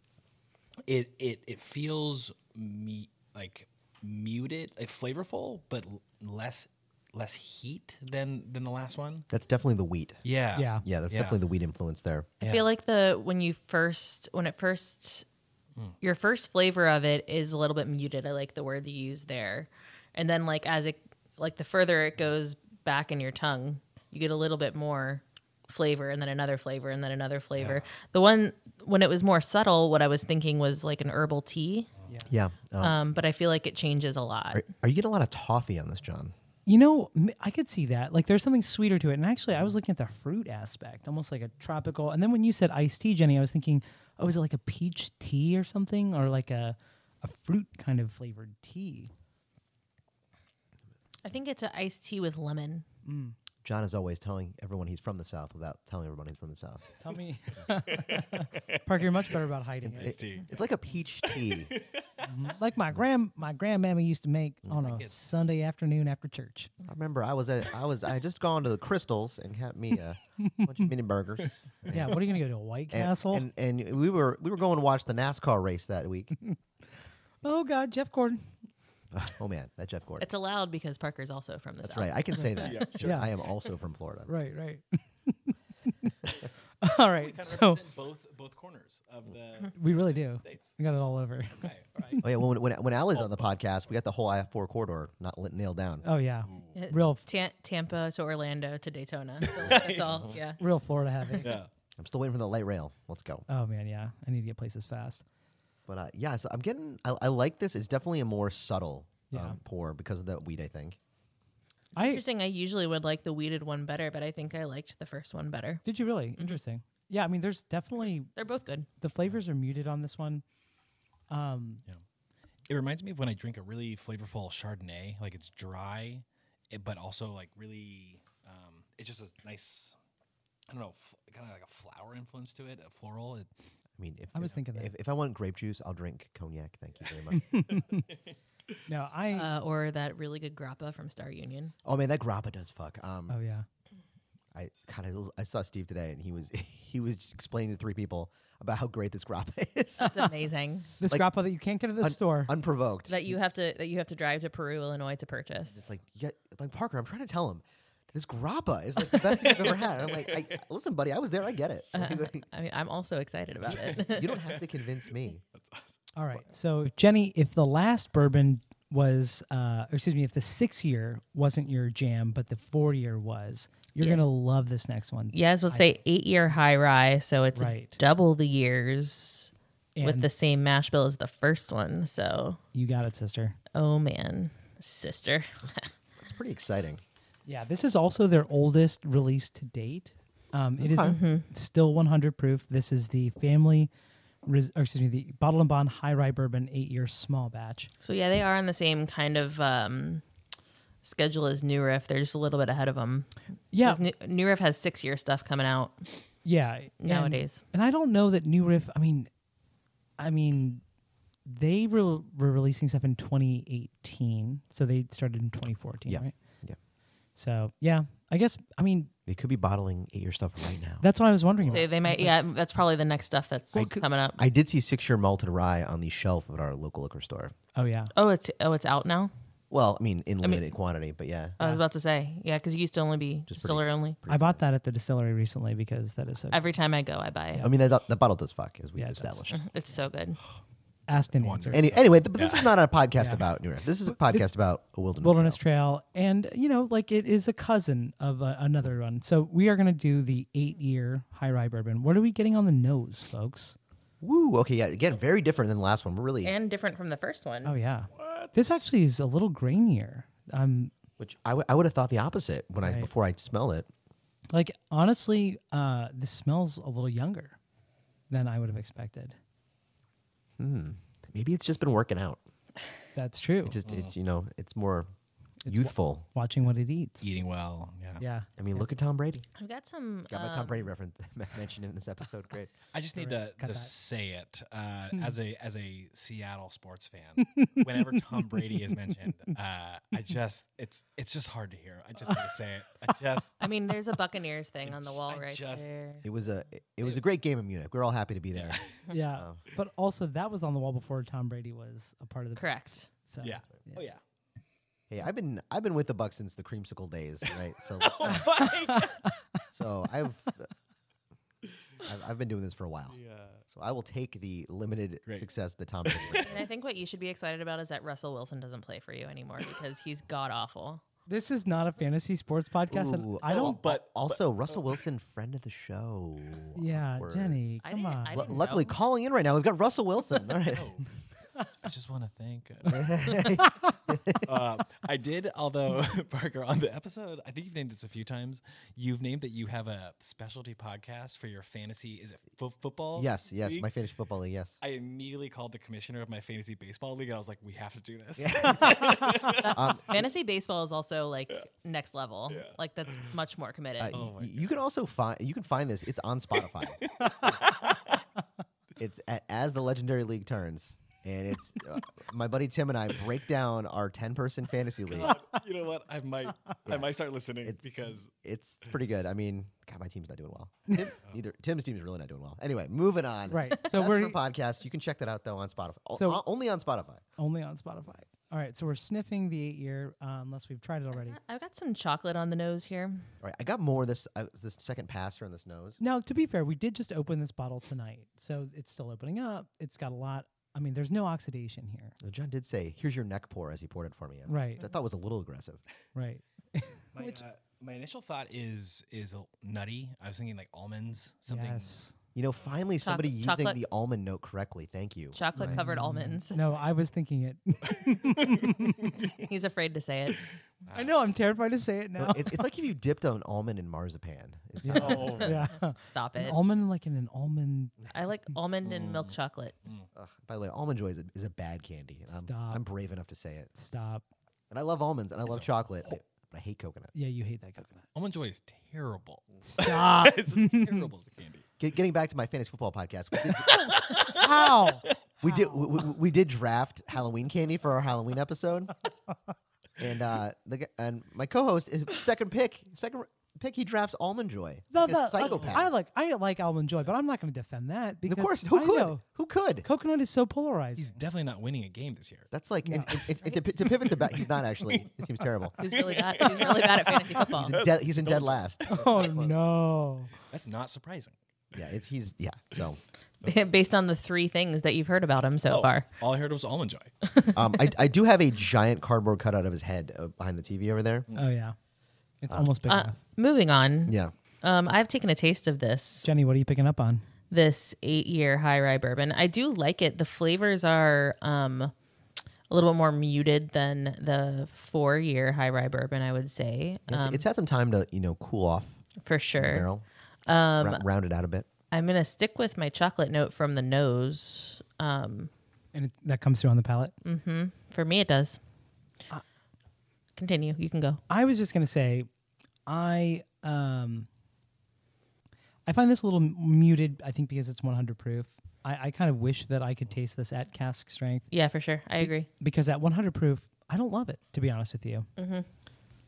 [SPEAKER 4] it it it feels me like muted, like flavorful, but l- less less heat than than the last one.
[SPEAKER 2] That's definitely the wheat.
[SPEAKER 4] Yeah,
[SPEAKER 1] Yeah.
[SPEAKER 2] Yeah, that's
[SPEAKER 4] Yeah.
[SPEAKER 2] definitely the wheat influence there.
[SPEAKER 3] I feel like the when you first when it first your first flavor of it is a little bit muted. I like the word you use there. And then like as it like the further it goes back in your tongue, you get a little bit more flavor and then another flavor and then another flavor. The one when it was more subtle, what I was thinking was like an herbal tea.
[SPEAKER 2] Yeah. Um,
[SPEAKER 3] Um, but I feel like it changes a lot.
[SPEAKER 2] are, are you getting a lot of toffee on this, John?
[SPEAKER 1] You know, m- I could see that. Like, there's something sweeter to it. And actually, I was looking at the fruit aspect, almost like a tropical. And then when you said iced tea, Jenny, I was thinking, oh, is it like a peach tea or something, or like a a fruit kind of flavored tea?
[SPEAKER 3] I think it's an iced tea with lemon.
[SPEAKER 2] John is always telling everyone he's from the South without telling everyone he's from the South.
[SPEAKER 1] Tell me, <laughs> Parker, you're much better about hiding
[SPEAKER 2] <laughs>
[SPEAKER 1] it.
[SPEAKER 2] It's like a peach tea.
[SPEAKER 1] Like my grand my grandmammy used to make on a Sunday afternoon after church.
[SPEAKER 2] I remember I was at, I was I had just gone to the Crystals and had me a bunch of mini burgers.
[SPEAKER 1] Yeah, what are you gonna go to a White
[SPEAKER 2] And,
[SPEAKER 1] Castle?
[SPEAKER 2] and and we were we were going to watch the NASCAR race that week. <laughs>
[SPEAKER 1] oh God, Jeff Gordon.
[SPEAKER 2] oh man, that Jeff Gordon.
[SPEAKER 3] It's allowed because Parker's also from the
[SPEAKER 2] That's
[SPEAKER 3] south.
[SPEAKER 2] right. I can say that. Sure.
[SPEAKER 1] Yeah.
[SPEAKER 2] I am also from Florida.
[SPEAKER 1] Right, right. <laughs> all right, so
[SPEAKER 4] both both corners of the
[SPEAKER 1] we really do.
[SPEAKER 4] states.
[SPEAKER 1] We got it all over. <laughs>
[SPEAKER 4] Okay, all right.
[SPEAKER 2] Oh yeah. When when when Al is on the podcast, we got the whole I four corridor not li- nailed down.
[SPEAKER 1] Oh yeah, real
[SPEAKER 3] Ta- Tampa to Orlando to Daytona. So
[SPEAKER 2] <laughs>
[SPEAKER 3] like, that's all. Yeah.
[SPEAKER 1] real Florida heavy.
[SPEAKER 4] Yeah.
[SPEAKER 2] I'm still waiting for the light rail. Let's go.
[SPEAKER 1] Oh man, yeah. I need to get places fast.
[SPEAKER 2] But uh, yeah, so I'm getting. I, I like this. It's definitely a more subtle
[SPEAKER 1] Yeah.
[SPEAKER 2] um, pour because of the wheat. I think.
[SPEAKER 1] I
[SPEAKER 3] Interesting. I usually would like the weeded one better, but I think I liked the first one better.
[SPEAKER 1] did you really
[SPEAKER 3] Mm-hmm.
[SPEAKER 1] interesting. Yeah, I mean, there's definitely
[SPEAKER 3] They're both good.
[SPEAKER 1] the flavors are muted on this one.
[SPEAKER 4] It reminds me of when I drink a really flavorful Chardonnay. Like it's dry, eh, but also like really. Um, it's just a nice. I don't know, kind of like a flower influence to it, a floral. It,
[SPEAKER 2] I mean, if
[SPEAKER 1] I was
[SPEAKER 2] if-
[SPEAKER 1] thinking that.
[SPEAKER 2] if, if I want grape juice, I'll drink cognac. Thank you
[SPEAKER 1] <laughs>
[SPEAKER 2] very much.
[SPEAKER 1] No, I.
[SPEAKER 3] uh, or that really good grappa from Star Union.
[SPEAKER 2] oh man, that grappa does fuck. Um,
[SPEAKER 1] oh yeah.
[SPEAKER 2] I God, I, I saw Steve today, and he was <laughs> he was just explaining to three people about how great this grappa <laughs> is,
[SPEAKER 1] <laughs>
[SPEAKER 3] It's amazing
[SPEAKER 1] This
[SPEAKER 2] like,
[SPEAKER 1] grappa that you can't get at the store.
[SPEAKER 2] unprovoked.
[SPEAKER 3] that you have to that you have to drive to Peru, Illinois to purchase.
[SPEAKER 2] It's like, yeah, like Parker, I'm trying to tell him this grappa is like the best thing I've ever had. And I'm like, I, listen, buddy, I was there. I get it. <laughs> Like,
[SPEAKER 3] I mean, I'm also excited about
[SPEAKER 2] <laughs>
[SPEAKER 3] it. <laughs>
[SPEAKER 2] you don't have to convince me.
[SPEAKER 1] All right. So Jenny, if the last bourbon was, uh, or excuse me, if the six year wasn't your jam, but the four year was, you're
[SPEAKER 3] Yeah.
[SPEAKER 1] gonna love this next one.
[SPEAKER 3] Yes, would say eight year high rye, so it's
[SPEAKER 1] Right.
[SPEAKER 3] double the years with
[SPEAKER 1] And-
[SPEAKER 3] the same mash bill as the first one. So,
[SPEAKER 1] You got it, sister.
[SPEAKER 3] oh man, sister.
[SPEAKER 2] It's pretty exciting.
[SPEAKER 1] Yeah, this is also their oldest release to date. Um, it is
[SPEAKER 3] Mm-hmm.
[SPEAKER 1] still 100 proof. This is the family, res- or excuse me, the Bottle and Bond High Rye Bourbon eight year small batch.
[SPEAKER 3] so yeah, they are on the same kind of um, schedule as New Riff. They're just a little bit ahead of them.
[SPEAKER 1] Yeah,
[SPEAKER 3] New, New Riff has six year stuff coming out.
[SPEAKER 1] yeah. and-
[SPEAKER 3] Nowadays.
[SPEAKER 1] and, I don't know that New Riff. I mean, I mean, they re- were releasing stuff in 2018, so they started in 2014,
[SPEAKER 2] Yeah.
[SPEAKER 1] right?
[SPEAKER 2] Yeah.
[SPEAKER 1] So yeah, I guess I mean
[SPEAKER 2] They could be bottling eight year stuff right now.
[SPEAKER 1] that's what I was wondering.
[SPEAKER 3] So
[SPEAKER 1] about.
[SPEAKER 3] they might, yeah, that's probably the next stuff that's
[SPEAKER 2] Well, could-
[SPEAKER 3] coming up.
[SPEAKER 2] I did see six year malted rye on the shelf at our local liquor store.
[SPEAKER 1] Oh yeah,
[SPEAKER 3] oh, it's oh, it's out now.
[SPEAKER 2] Well, I mean, in limited quantity, but yeah.
[SPEAKER 3] I was about to say, yeah, because it used to only be
[SPEAKER 2] Just
[SPEAKER 3] distiller
[SPEAKER 2] pretty-
[SPEAKER 3] only.
[SPEAKER 1] I bought that at the distillery recently because that is so.
[SPEAKER 3] Every time I go, I buy it.
[SPEAKER 2] I mean, that, that bottle does fuck, as we've
[SPEAKER 1] Yeah, it does.
[SPEAKER 2] established.
[SPEAKER 3] It's so good.
[SPEAKER 1] asked and
[SPEAKER 4] wonder.
[SPEAKER 1] answered.
[SPEAKER 2] Any, anyway, th- but this is not a podcast
[SPEAKER 1] Yeah.
[SPEAKER 2] about New York. This is a podcast about a wilderness.
[SPEAKER 1] Wilderness Trail, and you know, like it is a cousin of uh, another one. So we are going to do the eight-year high rye bourbon. What are we getting on the nose, folks?
[SPEAKER 2] Woo. Okay. Yeah. Again, very different than the last one. We're really,
[SPEAKER 3] And different from the first one.
[SPEAKER 1] Oh yeah, this actually is a little grainier. Um,
[SPEAKER 2] which I would have thought the opposite when I before I smelled it.
[SPEAKER 1] like honestly, uh, this smells a little younger than I would have expected.
[SPEAKER 2] Maybe it's just been working out.
[SPEAKER 1] That's true.
[SPEAKER 2] Just it's you know it's more youthful.
[SPEAKER 1] Watching what it eats.
[SPEAKER 4] Eating well. Yeah.
[SPEAKER 1] Yeah.
[SPEAKER 2] I mean, look at Tom Brady.
[SPEAKER 3] I've got some.
[SPEAKER 2] Got my
[SPEAKER 3] um,
[SPEAKER 2] Tom Brady reference <laughs> mentioned in this episode. Great.
[SPEAKER 4] I just need to
[SPEAKER 1] cut
[SPEAKER 4] just
[SPEAKER 1] that.
[SPEAKER 4] say it uh, as a as a Seattle sports <laughs> fan. whenever Tom Brady is mentioned, uh, I just it's it's just hard to hear. I just need to say it. I just
[SPEAKER 3] I mean, there's a Buccaneers thing on the wall
[SPEAKER 4] I
[SPEAKER 3] right
[SPEAKER 4] just-
[SPEAKER 3] there.
[SPEAKER 2] It was a it was a great game in Munich. We are all happy to be there. Um,
[SPEAKER 1] Yeah. But also, that was on the wall before Tom Brady was a part of the.
[SPEAKER 3] Correct.
[SPEAKER 1] So.
[SPEAKER 4] yeah. Oh <laughs> yeah.
[SPEAKER 2] Hey, I've been I've been with the Bucks since the creamsicle days, right?
[SPEAKER 3] <laughs>
[SPEAKER 2] So
[SPEAKER 3] Oh
[SPEAKER 2] <laughs> so I've, I've I've been doing this for a while. Yeah. So I will take the limited success that Tom Brady.
[SPEAKER 1] <laughs>
[SPEAKER 3] And I think what you should be excited about is that Russell Wilson doesn't play for you anymore because he's god awful.
[SPEAKER 1] This is not a fantasy sports podcast, and
[SPEAKER 2] Ooh,
[SPEAKER 1] I don't.
[SPEAKER 2] But also Russell Wilson, friend of the show.
[SPEAKER 1] Yeah,
[SPEAKER 2] Awkward.
[SPEAKER 1] Jenny,
[SPEAKER 3] I
[SPEAKER 1] come
[SPEAKER 3] didn't-
[SPEAKER 1] on.
[SPEAKER 3] I
[SPEAKER 2] Lu-
[SPEAKER 3] didn't
[SPEAKER 2] luckily,
[SPEAKER 3] know. Oh,
[SPEAKER 2] calling in right now, we've got Russell
[SPEAKER 3] <laughs>
[SPEAKER 2] Wilson. All right.
[SPEAKER 4] I just want to thank. uh, I did, although <laughs> Parker, on the episode, I think you've named this a few times. You've named that you have a specialty podcast for your fantasy. Is it fo- football?
[SPEAKER 2] <laughs> Yes, yes,
[SPEAKER 4] league?
[SPEAKER 2] my fantasy football league. Yes,
[SPEAKER 4] I immediately called the commissioner of my fantasy baseball league, and I was like, "We have to do this."
[SPEAKER 3] Fantasy baseball is also like next level. Like that's much more committed.
[SPEAKER 2] Uh, Y- you can also find you can find this. It's on <laughs> Spotify. it's a as the legendary league turns, and it's uh, my buddy Tim and I break down our ten person fantasy league.
[SPEAKER 4] <laughs> you know what? I might, I might start listening because
[SPEAKER 2] It's pretty good. I mean, God, my team's not doing
[SPEAKER 1] <laughs>
[SPEAKER 2] well. Tim, neither Tim's team is really not doing well. Anyway, moving on. <laughs>
[SPEAKER 1] Right.
[SPEAKER 2] So
[SPEAKER 1] So we're
[SPEAKER 2] for podcasts. You can check that out though on Spotify. O-
[SPEAKER 1] So-
[SPEAKER 2] o- only on Spotify.
[SPEAKER 1] only on Spotify. All right, so we're sniffing the eight year, uh, unless we've tried it already.
[SPEAKER 3] I've got some chocolate on the nose here.
[SPEAKER 2] All right. I got more this uh, this second passer on this nose.
[SPEAKER 1] Now, to be fair, we did just open this bottle tonight, so it's still opening up. It's got a lot. I mean, there's no oxidation here.
[SPEAKER 2] Now, John did say, "Here's your neck pour" as he poured it for me. I-
[SPEAKER 1] Right.
[SPEAKER 2] Which I thought was a little aggressive.
[SPEAKER 1] Right.
[SPEAKER 4] my, uh, my initial thought is is a- nutty. I was thinking like almonds, something.
[SPEAKER 1] Yes.
[SPEAKER 2] You know, finally somebody using
[SPEAKER 3] chocolate.
[SPEAKER 2] the almond note correctly. Thank you.
[SPEAKER 3] Chocolate covered almonds. <laughs>
[SPEAKER 1] No, I was thinking it. <laughs>
[SPEAKER 3] He's afraid to say it.
[SPEAKER 1] I know. I'm terrified to say it now.
[SPEAKER 2] <laughs> But it- it's like if you dipped an almond in marzipan. It's not-
[SPEAKER 1] yeah.
[SPEAKER 3] Stop it.
[SPEAKER 1] Almond, like in an almond.
[SPEAKER 3] I like almond and milk chocolate.
[SPEAKER 2] Ugh. By the way, almond joy is a, is a bad candy. and I'm,
[SPEAKER 1] Stop.
[SPEAKER 2] I'm brave enough to say it.
[SPEAKER 1] Stop.
[SPEAKER 2] And I love almonds and I love chocolate. I- but I hate coconut.
[SPEAKER 1] Yeah, you hate that
[SPEAKER 2] <laughs>
[SPEAKER 1] coconut.
[SPEAKER 4] Almond joy is terrible.
[SPEAKER 1] Stop.
[SPEAKER 4] it's terrible as
[SPEAKER 2] <laughs>
[SPEAKER 4] a candy.
[SPEAKER 2] Get, getting back to my fantasy football podcast, we did, <laughs>
[SPEAKER 1] How?
[SPEAKER 2] we, did we, we- we did draft Halloween candy for our Halloween episode, and uh, the g- and my co-host is second pick, second r- pick. He drafts almond joy,
[SPEAKER 1] The,
[SPEAKER 2] like
[SPEAKER 1] the-
[SPEAKER 2] a psychopath.
[SPEAKER 1] I like I like almond joy, but I'm not going to defend that because
[SPEAKER 2] of course, who
[SPEAKER 1] I
[SPEAKER 2] could?
[SPEAKER 1] know
[SPEAKER 2] Who could?
[SPEAKER 1] coconut is so polarizing.
[SPEAKER 4] He's definitely not winning a game this year.
[SPEAKER 2] That's like it, it, it, to, pi- to pivot to back. He's not actually. It seems terrible.
[SPEAKER 3] He's really bad. He's really bad at fantasy football.
[SPEAKER 2] He's in dead, he's in dead last.
[SPEAKER 1] oh no!
[SPEAKER 4] That's not surprising.
[SPEAKER 2] Yeah, it's he's yeah. So
[SPEAKER 3] <laughs> Based on the three things that you've heard about him so
[SPEAKER 4] Oh,
[SPEAKER 3] far.
[SPEAKER 4] all I heard was almond joy.
[SPEAKER 2] um, I, I do have a giant cardboard cutout of his head uh, behind the TV over there.
[SPEAKER 1] Oh yeah, it's almost big
[SPEAKER 3] Uh,
[SPEAKER 1] enough.
[SPEAKER 3] moving on.
[SPEAKER 2] Yeah,
[SPEAKER 3] Um, I've taken a taste of this
[SPEAKER 1] Jenny, what are you picking up on?
[SPEAKER 3] this eight year high rye bourbon. I do like it. The flavors are um, a little bit more muted than the four year high rye bourbon. I would say
[SPEAKER 2] it's,
[SPEAKER 1] Um,
[SPEAKER 2] it's had some time to you know cool off
[SPEAKER 3] for sure.
[SPEAKER 2] barrel,
[SPEAKER 3] um,
[SPEAKER 2] rou- round it out a bit.
[SPEAKER 3] I'm gonna stick with my chocolate note from the nose. Um,
[SPEAKER 1] And it, that comes through on the palate.
[SPEAKER 3] Mm. For me, it does.
[SPEAKER 1] Uh,
[SPEAKER 3] Continue. You can go.
[SPEAKER 1] I was just gonna say, I um, I find this a little m- muted. I think because it's 100 proof. I, I kind of wish that I could taste this at cask strength
[SPEAKER 3] Yeah, for sure. I agree.
[SPEAKER 1] because at 100 proof, I don't love it. To be honest with you,
[SPEAKER 3] Mm,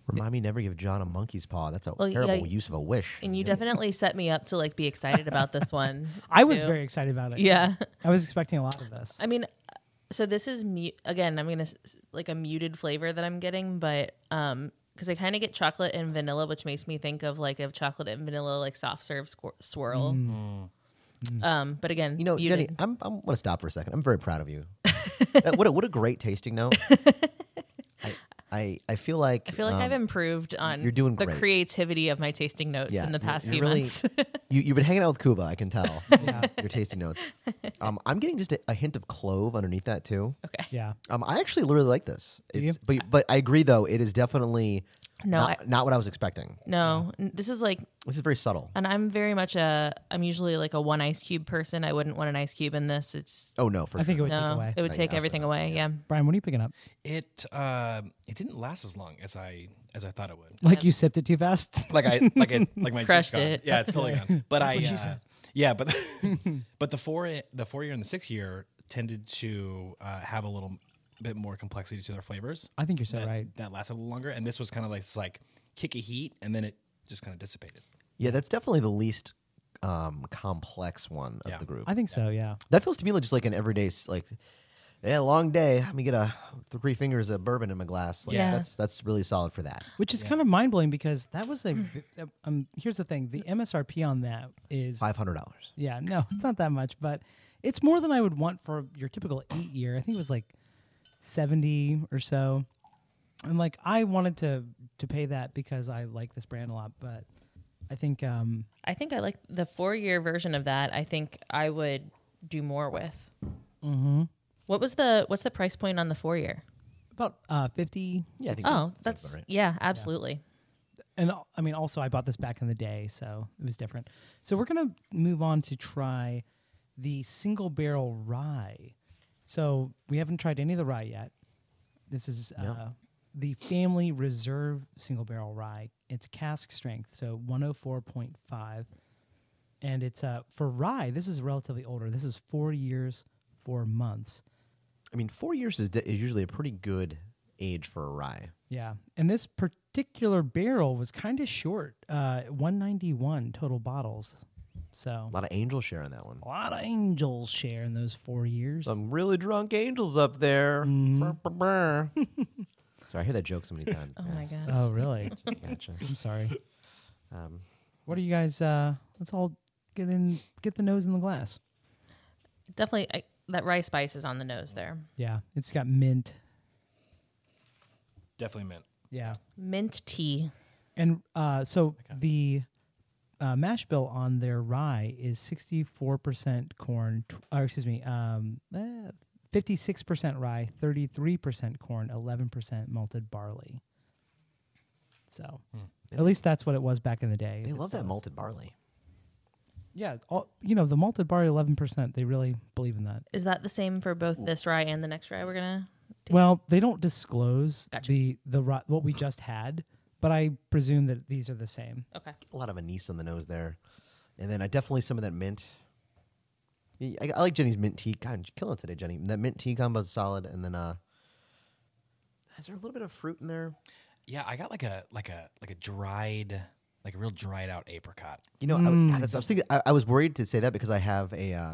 [SPEAKER 2] Remind me never give John a monkey's paw. That's a
[SPEAKER 3] Well, yeah,
[SPEAKER 2] terrible
[SPEAKER 3] y-
[SPEAKER 2] use of a wish.
[SPEAKER 3] And you definitely set me up to like be excited about this one.
[SPEAKER 1] <laughs> I was
[SPEAKER 3] too.
[SPEAKER 1] very excited about it.
[SPEAKER 3] Yeah.
[SPEAKER 1] I was expecting a lot of this.
[SPEAKER 3] I mean, so this is mu- again. I'm gonna s- s- like a muted flavor that I'm getting, but um, because I kind of get chocolate and vanilla, which makes me think of like of chocolate and vanilla like soft serve squir- swirl.
[SPEAKER 1] Mm.
[SPEAKER 3] Um, but again,
[SPEAKER 2] Mm. You know, Jenny,
[SPEAKER 3] muted.
[SPEAKER 2] I'm I'm gonna stop for a second. I'm very proud of
[SPEAKER 3] <laughs>
[SPEAKER 2] you. That- what a, what a great tasting note. I, I I feel like uh,
[SPEAKER 3] I feel like I've improved on
[SPEAKER 2] um, you're doing
[SPEAKER 3] the
[SPEAKER 2] great.
[SPEAKER 3] creativity of my tasting notes in the
[SPEAKER 2] you're-
[SPEAKER 3] past
[SPEAKER 2] you're
[SPEAKER 3] few
[SPEAKER 2] really-
[SPEAKER 3] months. <laughs>
[SPEAKER 2] you you've been hanging out with Cuba. I can tell. Your tasting
[SPEAKER 3] <laughs>
[SPEAKER 2] notes. Um, I'm getting just a, a hint of clove underneath that too.
[SPEAKER 3] okay.
[SPEAKER 1] yeah.
[SPEAKER 2] Um, I actually really like this.
[SPEAKER 1] you?
[SPEAKER 2] It's, but but I agree though. It is definitely
[SPEAKER 3] No,
[SPEAKER 2] not, not what I was expecting.
[SPEAKER 3] No, n- this is like,
[SPEAKER 2] This is very subtle.
[SPEAKER 3] and I'm very much a. I'm usually like a one ice cube person. I wouldn't want an ice cube in this. It's
[SPEAKER 2] Oh no, for
[SPEAKER 1] I think it
[SPEAKER 2] sure.
[SPEAKER 1] would take
[SPEAKER 3] no,
[SPEAKER 1] away.
[SPEAKER 3] it would take everything away. Yeah.
[SPEAKER 1] Brian, what are you picking up?
[SPEAKER 4] It uh, it didn't last as long as I as I thought
[SPEAKER 1] <laughs>
[SPEAKER 4] it would.
[SPEAKER 1] Like you sipped it too fast. <laughs>
[SPEAKER 4] Like I like I like my
[SPEAKER 3] Crushed
[SPEAKER 4] juice gone.
[SPEAKER 3] it.
[SPEAKER 4] Yeah, it's totally gone. But I uh, yeah, but but the four the four year and the six year tended to uh, have a little bit more complexity to their flavors.
[SPEAKER 1] I think you're so
[SPEAKER 4] that,
[SPEAKER 1] right.
[SPEAKER 4] That lasted a little longer, and this was kind of like this, like kick a heat, and then it just kind of dissipated.
[SPEAKER 2] Yeah, that's definitely the least um, complex one of
[SPEAKER 4] Yeah.
[SPEAKER 2] the group.
[SPEAKER 1] I think so. Yeah.
[SPEAKER 2] that feels to me like just like an everyday s- like yeah, long day. Let me get a three fingers of bourbon in my glass. Like,
[SPEAKER 3] Yeah.
[SPEAKER 2] that's that's really solid for that.
[SPEAKER 1] Which is kind of mind blowing because that was a. v- uh, um, here's the thing: the MSRP on that is
[SPEAKER 2] Five hundred dollars.
[SPEAKER 1] yeah, no, it's not that much, but it's more than I would want for your typical eight year. I think it was like seventy or so, and like I wanted to to pay that because I like this brand a lot, but I think um
[SPEAKER 3] I think I like the four year version of that. I think I would do more with. Mm-hmm. What was the what's the price point on the four year?
[SPEAKER 1] about uh fifty,
[SPEAKER 2] Yeah, I think
[SPEAKER 3] Oh, that's yeah, absolutely.
[SPEAKER 1] and al- I mean also I bought this back in the day, so it was different. So we're gonna move on to try the single barrel rye. So we haven't tried any of the rye yet. This is uh, the family reserve single barrel rye. It's cask strength, so 104.5. And it's uh, for rye, this is relatively older. This is four years, four months.
[SPEAKER 2] I mean, four years is, de- is usually a pretty good age for a rye.
[SPEAKER 1] Yeah. And this particular barrel was kind of short uh, 191 total bottles. So
[SPEAKER 2] A lot of angel share in that one.
[SPEAKER 1] a lot of angels share in those four years.
[SPEAKER 2] Some <laughs> really drunk angels up there.
[SPEAKER 3] Mm-hmm.
[SPEAKER 2] Brr, brr, brr.
[SPEAKER 3] <laughs>
[SPEAKER 2] Sorry, I hear that joke so many times.
[SPEAKER 3] Oh my gosh.
[SPEAKER 1] oh, really?
[SPEAKER 2] Gotcha.
[SPEAKER 1] I'm sorry.
[SPEAKER 2] <laughs> Um,
[SPEAKER 1] What are you guys? Uh, let's all get in, get the nose in the glass.
[SPEAKER 3] Definitely I, that rye spice is on the nose there.
[SPEAKER 1] Yeah, it's got mint.
[SPEAKER 4] Definitely mint.
[SPEAKER 1] Yeah,
[SPEAKER 3] Mint tea.
[SPEAKER 1] and uh, so the uh, mash bill on their rye is sixty four percent corn, tw- or excuse me, fifty six percent rye, thirty three percent corn, eleven percent malted barley. So, at least that's what it was back in the day.
[SPEAKER 2] they
[SPEAKER 1] It
[SPEAKER 2] love that
[SPEAKER 1] says-
[SPEAKER 2] malted barley.
[SPEAKER 1] Yeah, all, you know the malted barley, eleven percent. They really believe in that.
[SPEAKER 3] Is that the same for both this rye and the next rye we're gonna
[SPEAKER 1] Well, they don't disclose
[SPEAKER 3] Gotcha.
[SPEAKER 1] the the ri- what we just had, but I presume that these are the same.
[SPEAKER 3] Okay.
[SPEAKER 2] a lot of anise on the nose there, and then I definitely some of that mint. Yeah, I, I like Jenny's mint tea. God, you're killing it today, Jenny. That mint tea combo is solid, and then uh, is there a little bit of fruit in there?
[SPEAKER 4] Yeah, I got like a like a like a dried like a real dried out apricot.
[SPEAKER 2] You know, I, would- God, that's- I was thinking, I, I was worried to say that because I have a, uh,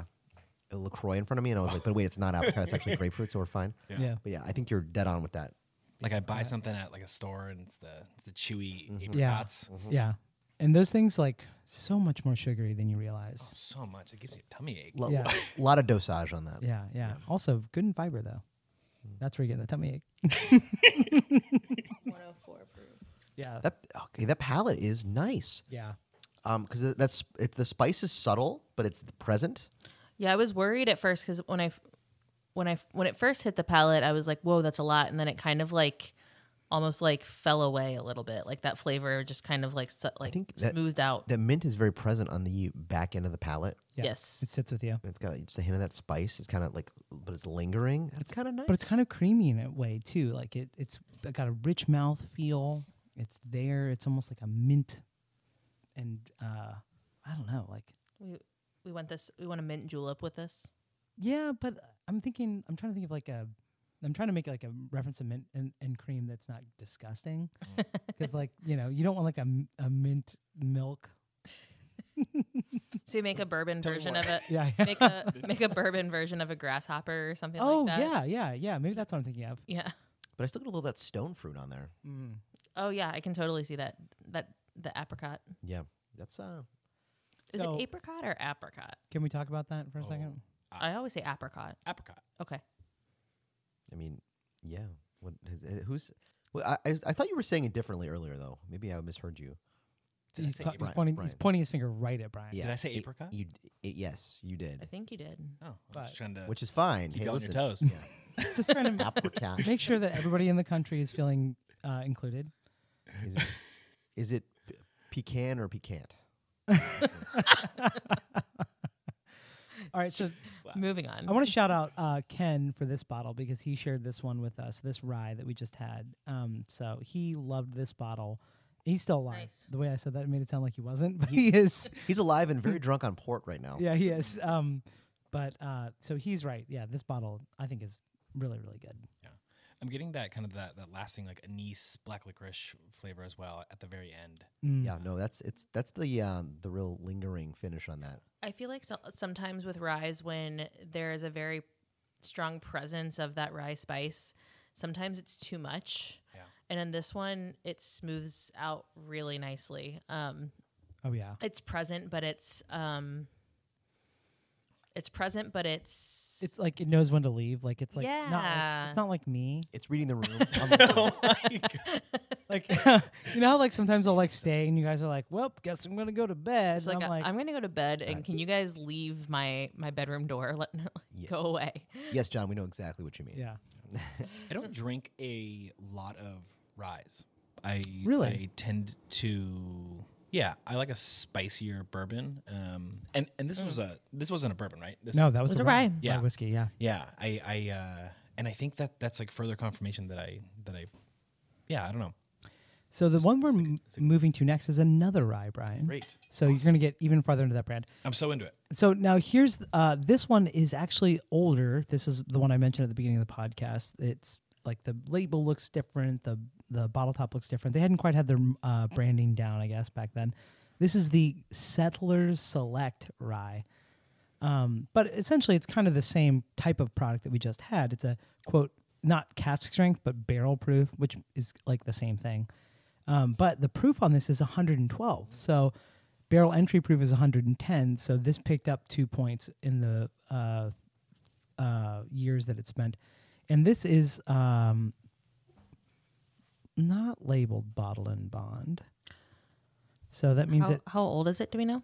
[SPEAKER 2] a Lacroix in front of me, and I was like, but wait, it's not apricot; it's actually grapefruit, so we're fine.
[SPEAKER 1] Yeah. Yeah.
[SPEAKER 2] But yeah, I think you're dead on with that.
[SPEAKER 4] Like I buy something at like a store and it's the it's the chewy apricots.
[SPEAKER 1] Yeah. And those things like so much more sugary than you realize.
[SPEAKER 4] So much. It gives me a tummy ache.
[SPEAKER 2] Lo-
[SPEAKER 1] Yeah.
[SPEAKER 2] lot of dosage on that.
[SPEAKER 1] Yeah, yeah. Mm. Also good in fiber though. That's where you get the tummy ache.
[SPEAKER 3] 104 proof.
[SPEAKER 1] Yeah.
[SPEAKER 2] That okay, that palette is nice.
[SPEAKER 1] yeah.
[SPEAKER 2] Um, because that's it, the spice is subtle, but it's present.
[SPEAKER 3] Yeah, I was worried at first because when I, f- when I, f- when it first hit the palate, I was like, "Whoa, that's a lot," and then it kind of like, almost like fell away a little bit. Like that flavor just kind of like su- like
[SPEAKER 2] think that-
[SPEAKER 3] smoothed out.
[SPEAKER 2] The mint is very present on the back end of the palate.
[SPEAKER 1] Yeah.
[SPEAKER 3] Yes.
[SPEAKER 1] It sits with you.
[SPEAKER 2] It's got just a hint of that spice. It's kind of like, but it's lingering. That's kind of nice.
[SPEAKER 1] But it's kind of creamy in a way too. Like it it's got a rich mouth feel. It's there. It's almost like a mint and uh I don't know, like
[SPEAKER 3] we we want this. We want a mint julep with this. <laughs>
[SPEAKER 1] Yeah, but I'm thinking. I'm trying to think of like a. I'm trying to make like a reference to mint and, and cream that's not disgusting, <laughs> because like you know you don't want like a, m- a mint milk.
[SPEAKER 3] So you make a bourbon version
[SPEAKER 1] <laughs>
[SPEAKER 3] of it.
[SPEAKER 1] Yeah.
[SPEAKER 3] Make a make a bourbon version of a grasshopper or something
[SPEAKER 1] oh
[SPEAKER 3] like that.
[SPEAKER 1] yeah, yeah, yeah. Maybe that's what I'm thinking of.
[SPEAKER 3] Yeah.
[SPEAKER 2] But I still get a little of that stone fruit on there.
[SPEAKER 3] Oh yeah, I can totally see that. That the apricot.
[SPEAKER 2] Yeah, that's uh,
[SPEAKER 3] Is
[SPEAKER 1] So-
[SPEAKER 3] it apricot or apricot?
[SPEAKER 1] Can we talk about that for a
[SPEAKER 2] Oh,
[SPEAKER 1] second?
[SPEAKER 3] I always say apricot.
[SPEAKER 4] Apricot.
[SPEAKER 3] Okay.
[SPEAKER 2] I mean, yeah. What is it, who's? Well, I, I I thought you were saying it differently earlier though. Maybe I misheard you.
[SPEAKER 1] So he's,
[SPEAKER 4] say
[SPEAKER 1] ta- he's
[SPEAKER 4] Brian-
[SPEAKER 1] pointing. He's
[SPEAKER 2] Brian.
[SPEAKER 1] pointing his finger right at Brian.
[SPEAKER 2] Yeah.
[SPEAKER 4] Did I say
[SPEAKER 2] it-
[SPEAKER 4] apricot?
[SPEAKER 2] you d- it- yes, you
[SPEAKER 3] I
[SPEAKER 2] did.
[SPEAKER 3] think you did.
[SPEAKER 4] Oh, I'm
[SPEAKER 1] But-
[SPEAKER 4] just trying to
[SPEAKER 2] Which is fine.
[SPEAKER 4] keep
[SPEAKER 2] hey,
[SPEAKER 4] you on your
[SPEAKER 2] listen.
[SPEAKER 4] toes.
[SPEAKER 1] <laughs> Just trying to
[SPEAKER 4] <laughs>
[SPEAKER 2] Apricot.
[SPEAKER 1] make sure that everybody in the country is feeling uh, included.
[SPEAKER 2] Is it, is it p- pecan or piquant?
[SPEAKER 1] All right, so
[SPEAKER 3] Moving on.
[SPEAKER 1] I want to shout out uh, Ken for this bottle because he shared this one with us, this rye that we just had. Um, so he loved this bottle. He's still alive.
[SPEAKER 3] nice.
[SPEAKER 1] The way I said that made it sound like he wasn't, <laughs> but he
[SPEAKER 2] <laughs>
[SPEAKER 1] is.
[SPEAKER 2] He's alive and very
[SPEAKER 1] <laughs>
[SPEAKER 2] drunk on port right now.
[SPEAKER 1] Yeah, he is. Um, but uh, so he's right. Yeah, this bottle I think is really, really good.
[SPEAKER 4] Yeah. <laughs> I'm getting that kind of that, that lasting like anise black licorice flavor as well at the very end.
[SPEAKER 1] Mm.
[SPEAKER 2] Yeah, no, that's it's that's the um, the real lingering finish on that.
[SPEAKER 3] I feel like so, sometimes with rye, when there is a very strong presence of that rye spice, sometimes it's too much.
[SPEAKER 4] Yeah.
[SPEAKER 3] And in this one, it smooths out really nicely. Um,
[SPEAKER 1] Oh yeah,
[SPEAKER 3] it's present, but it's um, it's present, but it's
[SPEAKER 1] it's like it knows when to leave. Like it's like not. Like,
[SPEAKER 3] Yeah.
[SPEAKER 1] it's not like me.
[SPEAKER 2] It's reading
[SPEAKER 1] <laughs>
[SPEAKER 2] the room. Um, I'm like,
[SPEAKER 3] <laughs>
[SPEAKER 1] Like <laughs> you know, how, like sometimes I'll like stay and you guys are like, "Well, guess I'm gonna go to bed."
[SPEAKER 3] It's
[SPEAKER 1] and
[SPEAKER 3] like,
[SPEAKER 1] I'm
[SPEAKER 3] I'm,
[SPEAKER 1] like,
[SPEAKER 3] gonna go to bed, and can you guys leave my my bedroom door? <laughs> Let go away.
[SPEAKER 2] yes, John, we know exactly what you mean.
[SPEAKER 1] yeah,
[SPEAKER 4] I don't drink a lot of ryes. I
[SPEAKER 1] Really?
[SPEAKER 4] I tend to yeah. I like a spicier bourbon. Um, and and this was a this wasn't a bourbon, right? This
[SPEAKER 1] no,
[SPEAKER 4] was-
[SPEAKER 1] that was
[SPEAKER 3] was
[SPEAKER 1] the
[SPEAKER 3] a
[SPEAKER 1] rye.
[SPEAKER 3] rye.
[SPEAKER 1] Rye
[SPEAKER 4] Yeah.
[SPEAKER 1] whiskey. Yeah,
[SPEAKER 4] yeah. I I uh, and I think that that's like further confirmation that I that I yeah. I don't know.
[SPEAKER 1] So the one we're m- moving to next is another rye, Brian.
[SPEAKER 4] Great.
[SPEAKER 1] So you're going to get even farther into that brand.
[SPEAKER 4] I'm so into it.
[SPEAKER 1] So now here's uh, this one is actually older. This is the one I mentioned at the beginning of the podcast. It's like the label looks different, the the bottle top looks different. They hadn't quite had their uh, branding down, I guess, back then. This is the Settlers Select Rye. Um, but essentially, it's kind of the same type of product that we just had. It's a quote, not cask strength, but barrel proof, which is like the same thing. Um, but the proof on this is 112. So barrel entry proof is 110. So this picked up two points in the uh, uh, years that it spent. And this is um, not labeled bottle and bond. So that means
[SPEAKER 3] How,
[SPEAKER 1] that
[SPEAKER 3] how old is it? Do we know?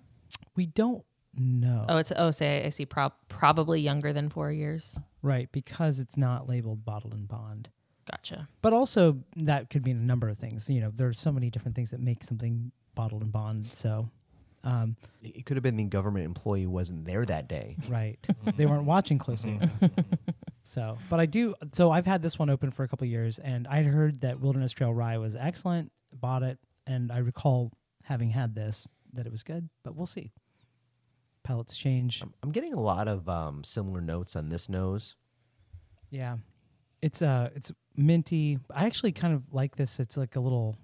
[SPEAKER 1] we don't know.
[SPEAKER 3] Oh, it's oh, say I see. Prob- probably younger than four years.
[SPEAKER 1] Right, because it's not labeled bottled and bond.
[SPEAKER 3] Gotcha.
[SPEAKER 1] But also that could mean a number of things. You know, there are so many different things that make something bottled and bond. So, um,
[SPEAKER 2] It it could have been the government employee who wasn't there that day.
[SPEAKER 1] right, they weren't watching closely enough. So, but I do. So I've had this one open for a couple years, and I'd heard that Wilderness Trail Rye was excellent, bought it, and I recall having had this that it was good, but we'll see. Pellets change.
[SPEAKER 2] I'm getting a lot of um, similar notes on this nose.
[SPEAKER 1] Yeah, it's uh, it's minty. I actually kind of like this. It's like a little,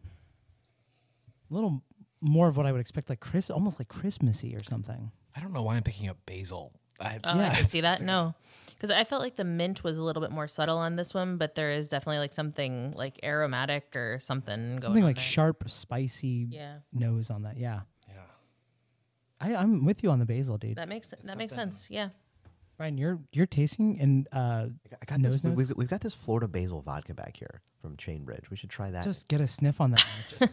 [SPEAKER 1] little more of what I would expect, like Chris, almost like Christmassy or something.
[SPEAKER 4] I don't know why I'm picking up basil. I,
[SPEAKER 3] Oh, I can see that. No, because I felt like the mint was a little bit more subtle on this one, but there is definitely like something like aromatic or something going.
[SPEAKER 1] Something
[SPEAKER 3] on
[SPEAKER 1] like
[SPEAKER 3] there.
[SPEAKER 1] sharp, spicy
[SPEAKER 3] Yeah.
[SPEAKER 1] nose on that. Yeah,
[SPEAKER 4] yeah.
[SPEAKER 1] I, I'm with you on the basil, dude.
[SPEAKER 3] that makes that makes sense. Yeah,
[SPEAKER 1] Brian, you're you're tasting and uh,
[SPEAKER 2] I got
[SPEAKER 1] Nose
[SPEAKER 2] this. we-
[SPEAKER 1] notes?
[SPEAKER 2] We've, we've got this Florida basil vodka back here from Chainbridge. We should try that.
[SPEAKER 1] just get a sniff on that. Just-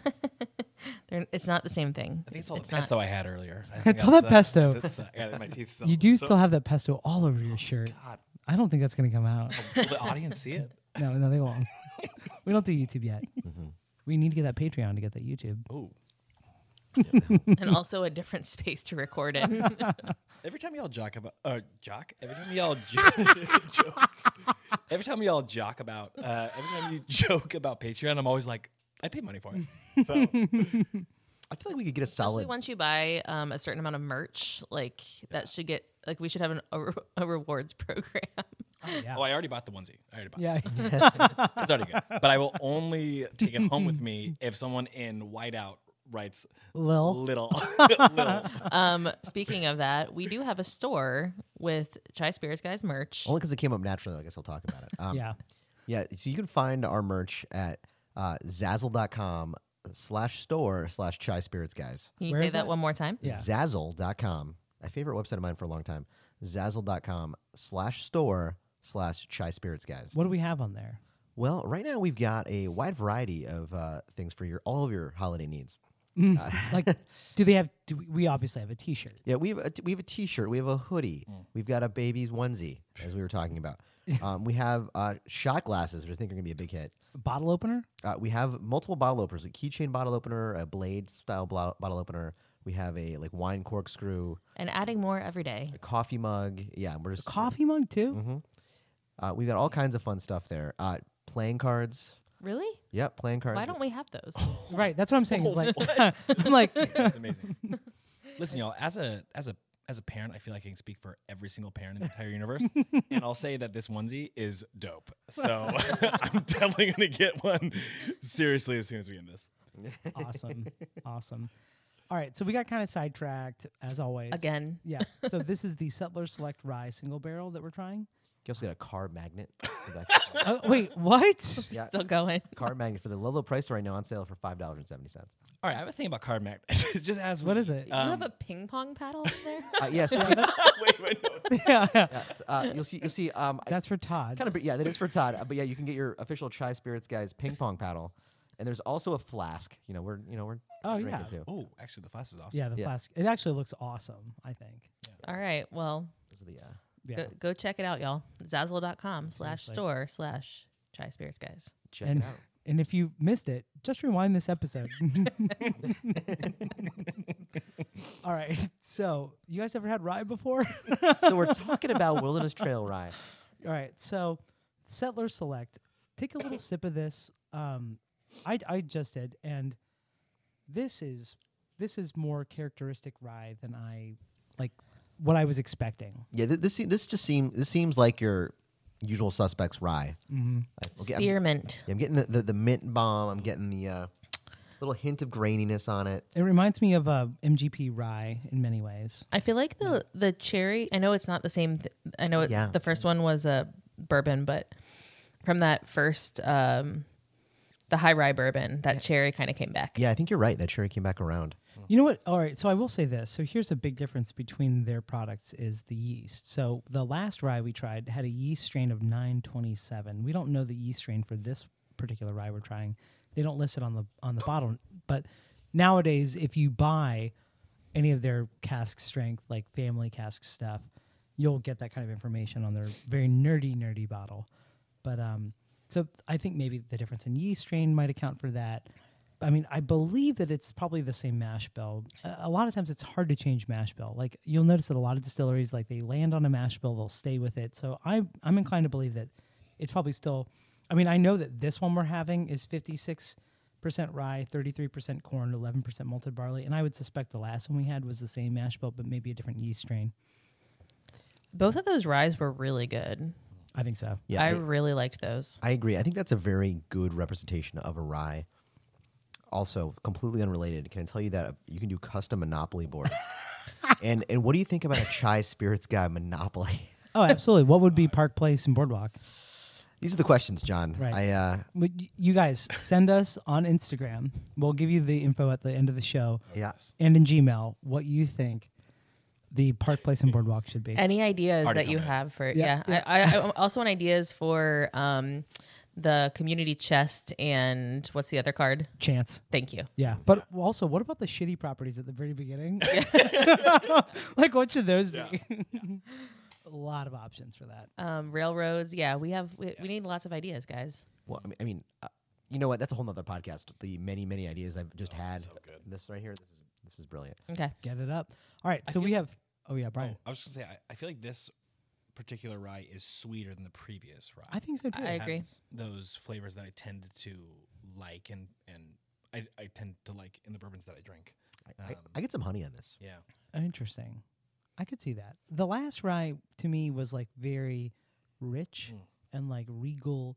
[SPEAKER 3] They're, it's not the
[SPEAKER 1] <laughs>
[SPEAKER 3] same thing.
[SPEAKER 4] I think it's all
[SPEAKER 3] It's
[SPEAKER 4] the
[SPEAKER 3] not-
[SPEAKER 4] pesto I had earlier. I think
[SPEAKER 1] It's all that
[SPEAKER 4] that's, uh,
[SPEAKER 1] pesto.
[SPEAKER 4] that's, uh, I got it in my teeth still.
[SPEAKER 1] you do
[SPEAKER 4] So-
[SPEAKER 1] still have that pesto all over your shirt.
[SPEAKER 4] God, Oh.
[SPEAKER 1] I don't think that's gonna come out.
[SPEAKER 4] will the audience
[SPEAKER 1] <laughs>
[SPEAKER 4] see it?
[SPEAKER 1] No, no, they won't. we don't do YouTube yet. We need to get that Patreon to get that YouTube.
[SPEAKER 4] Oh.
[SPEAKER 3] and also a different <laughs> space to
[SPEAKER 1] <laughs>
[SPEAKER 3] record in.
[SPEAKER 4] Every time y'all jock about uh, jock, every time y'all jo- <laughs> joke, every time y'all jock about, uh, every time you joke about Patreon, I'm always like, I pay money for
[SPEAKER 1] <laughs>
[SPEAKER 4] it. So
[SPEAKER 2] I feel like we could get a
[SPEAKER 3] Especially
[SPEAKER 2] solid.
[SPEAKER 3] once you buy um, a certain amount of merch, like that should get like we should have an, a, re- a rewards <laughs> program.
[SPEAKER 4] oh, I already bought the onesie. I already bought.
[SPEAKER 1] Yeah,
[SPEAKER 4] it. It's already good. But I will
[SPEAKER 1] <laughs>
[SPEAKER 4] only take it home with me if someone in whiteout writes
[SPEAKER 1] Lil.
[SPEAKER 4] little. little. <laughs>
[SPEAKER 1] <laughs>
[SPEAKER 3] um, speaking of that, we do have a store with Chai Spirits Guys merch.
[SPEAKER 2] Only because it came up naturally. I guess I'll talk about it. Um,
[SPEAKER 1] yeah.
[SPEAKER 2] Yeah, so you can find our merch at uh, zazzle.com slash store slash chai spirits guys.
[SPEAKER 3] Can you
[SPEAKER 1] Where
[SPEAKER 3] say
[SPEAKER 1] is
[SPEAKER 3] that
[SPEAKER 1] it?
[SPEAKER 3] one more time?
[SPEAKER 1] Yeah.
[SPEAKER 2] Zazzle.com, my favorite website of mine for a long time. Zazzle.com slash store slash chai spirits guys.
[SPEAKER 1] What do we have on <laughs> there?
[SPEAKER 2] Well, right now we've got a wide variety of uh, things for your all of your holiday needs.
[SPEAKER 1] Like, do they have? Do we, we obviously have a T-shirt.
[SPEAKER 2] Yeah, we have a, we have a T-shirt, we have a hoodie,
[SPEAKER 1] Mm.
[SPEAKER 2] we've got a baby's onesie, as we were
[SPEAKER 1] <laughs>
[SPEAKER 2] talking about. um, we have uh, shot glasses, which I think are going to be a big hit.
[SPEAKER 1] Bottle opener.
[SPEAKER 2] Uh, we have multiple bottle openers, a keychain bottle opener, a blade style blo- bottle opener. We have a like wine corkscrew,
[SPEAKER 3] And adding more every day.
[SPEAKER 2] a coffee mug. Yeah, we're just
[SPEAKER 1] Coffee mug too.
[SPEAKER 2] Uh, we've got all kinds of fun stuff there. Uh, playing cards.
[SPEAKER 3] Really?
[SPEAKER 2] Yep, playing cards.
[SPEAKER 3] Why don't we have those?
[SPEAKER 1] Right. That's <laughs> what I'm saying. Is like, I'm like, <laughs>
[SPEAKER 4] That's amazing. Listen, y'all, as a as a as a parent, I feel like I can speak for every single parent in the entire universe, and I'll say that this onesie is dope. So <laughs> I'm definitely gonna get one seriously as soon as we end this.
[SPEAKER 1] awesome, awesome. All right, so we got kind of sidetracked as always.
[SPEAKER 3] Again.
[SPEAKER 1] Yeah. So this is the Settler Select Rye Single Barrel that we're trying.
[SPEAKER 2] You also got a car magnet. in
[SPEAKER 3] <laughs>
[SPEAKER 2] the back.
[SPEAKER 1] Oh, wait, what?
[SPEAKER 2] Yeah.
[SPEAKER 3] Still going. <laughs>
[SPEAKER 2] car magnet for the low low price right now on sale for five dollars and seventy cents.
[SPEAKER 4] All right, I have a thing about card magnets. <laughs> Just as um,
[SPEAKER 1] What is
[SPEAKER 2] Um,
[SPEAKER 1] it?
[SPEAKER 3] you have a ping pong paddle in
[SPEAKER 2] <laughs>
[SPEAKER 3] there?
[SPEAKER 2] Uh,
[SPEAKER 3] <laughs>
[SPEAKER 2] yes, yeah, so-
[SPEAKER 4] <laughs> wait, wait, no.
[SPEAKER 1] <laughs> yeah.
[SPEAKER 2] yes, uh, you'll see. You'll see. Um,
[SPEAKER 1] That's for Todd.
[SPEAKER 2] kind of yeah, that is for Todd. Uh, But yeah, you can get your official Chai Spirits guys ping pong paddle, and there's also a flask. You know, we're you know we're
[SPEAKER 1] Oh,
[SPEAKER 2] drinking
[SPEAKER 1] yeah.
[SPEAKER 2] too.
[SPEAKER 4] Oh, actually, the flask is awesome.
[SPEAKER 1] Yeah, the
[SPEAKER 2] Yeah.
[SPEAKER 1] flask. It actually looks awesome. I think.
[SPEAKER 3] All right. Well,
[SPEAKER 2] Those are the, uh,
[SPEAKER 1] Yeah.
[SPEAKER 3] go, go check it out, y'all. Zazzle.com slash store slash Chai Spirits Guys.
[SPEAKER 2] check
[SPEAKER 1] and
[SPEAKER 2] it out.
[SPEAKER 1] and if you missed it, just rewind this episode. <laughs> All right. So you guys ever had rye before? <laughs>
[SPEAKER 2] so we're talking about Wilderness Trail Rye.
[SPEAKER 1] All right. So, Settler Select. Take a little <coughs> sip of this. Um, I I just did, and this is this is more characteristic rye than I like what I was expecting.
[SPEAKER 2] <laughs> Yeah, th- this se- this just seems this seems like your usual suspects rye. Mm-hmm. I'm, yeah,
[SPEAKER 3] Spearmint.
[SPEAKER 2] I'm getting the, the, the mint bomb. I'm getting the uh, little hint of graininess on it.
[SPEAKER 1] It reminds me of uh, MGP rye in many ways.
[SPEAKER 3] I feel like the the cherry. I know it's not the same. Th- I know it,
[SPEAKER 2] Yeah.
[SPEAKER 3] the first one was a bourbon, but from that first, um, the high rye bourbon, that cherry kind of came back.
[SPEAKER 2] Yeah, I think you're right. That cherry came back around.
[SPEAKER 1] You know what? All right. So I will say this. So here's a big difference between their products is the yeast. So the last rye we tried had a yeast strain of 927. We don't know the yeast strain for this particular rye we're trying. They don't list it on the on the bottle. But nowadays, if you buy any of their cask strength, like family cask stuff, you'll get that kind of information on their very nerdy, nerdy bottle. But um, so I think maybe the difference in yeast strain might account for that. I mean, I believe that it's probably the same mash bill. A a lot of times it's hard to change mash bill. Like you'll notice that a lot of distilleries, like they land on a mash bill, they'll stay with it. So I, I'm inclined to believe that it's probably still. I mean, I know that this one we're having is 56 rye, 33% corn, 11% malted barley. And I would suspect the last one we had was the same mash bill, but maybe a different yeast strain.
[SPEAKER 3] Both of those ryes were really good.
[SPEAKER 1] I think so.
[SPEAKER 2] Yeah,
[SPEAKER 3] I
[SPEAKER 2] I-
[SPEAKER 3] really liked those.
[SPEAKER 2] I agree. I think that's a very good representation of a rye. Also, completely unrelated, can I tell you that uh, you can do custom Monopoly <laughs> boards? and and what do you think about a chai spirits guy Monopoly? <laughs>
[SPEAKER 1] Oh, absolutely. what would be Park Place and Boardwalk?
[SPEAKER 2] These are the questions, John.
[SPEAKER 1] Right.
[SPEAKER 2] I uh,
[SPEAKER 1] But y- you guys send us on Instagram. We'll give you the info at the end of the show
[SPEAKER 2] yeah.
[SPEAKER 1] and in Gmail what you think the Park Place and Boardwalk should be.
[SPEAKER 3] Any ideas
[SPEAKER 4] Already
[SPEAKER 3] that you
[SPEAKER 4] commented.
[SPEAKER 3] have for
[SPEAKER 1] Yeah,
[SPEAKER 3] yeah? I, I, I also want ideas for um, the community chest and what's the other card?
[SPEAKER 1] Chance.
[SPEAKER 3] Thank you.
[SPEAKER 1] Yeah. But also, what about the shitty properties at the very beginning? <laughs> like, what should those be? <laughs> a lot of options for that.
[SPEAKER 3] Um, railroads. Yeah, we have. We, we need lots of ideas, guys.
[SPEAKER 2] Well, I mean, I mean uh, you know what? That's a whole nother podcast. The many, many ideas I've just had. This right here, this is this is brilliant.
[SPEAKER 3] Okay.
[SPEAKER 1] Get it up. All right. So we have. Oh, yeah, Brian.
[SPEAKER 4] I was just gonna say, I, I feel like this particular rye is sweeter than the previous rye.
[SPEAKER 1] I think so too.
[SPEAKER 3] I agree.
[SPEAKER 4] has Those flavors that I tend to like and and I, I tend to like in the bourbons that I drink.
[SPEAKER 2] I, I, I get some honey on this.
[SPEAKER 4] Yeah.
[SPEAKER 1] Interesting. I could see that. The last rye to me was like very rich
[SPEAKER 2] Hmm.
[SPEAKER 1] and like regal,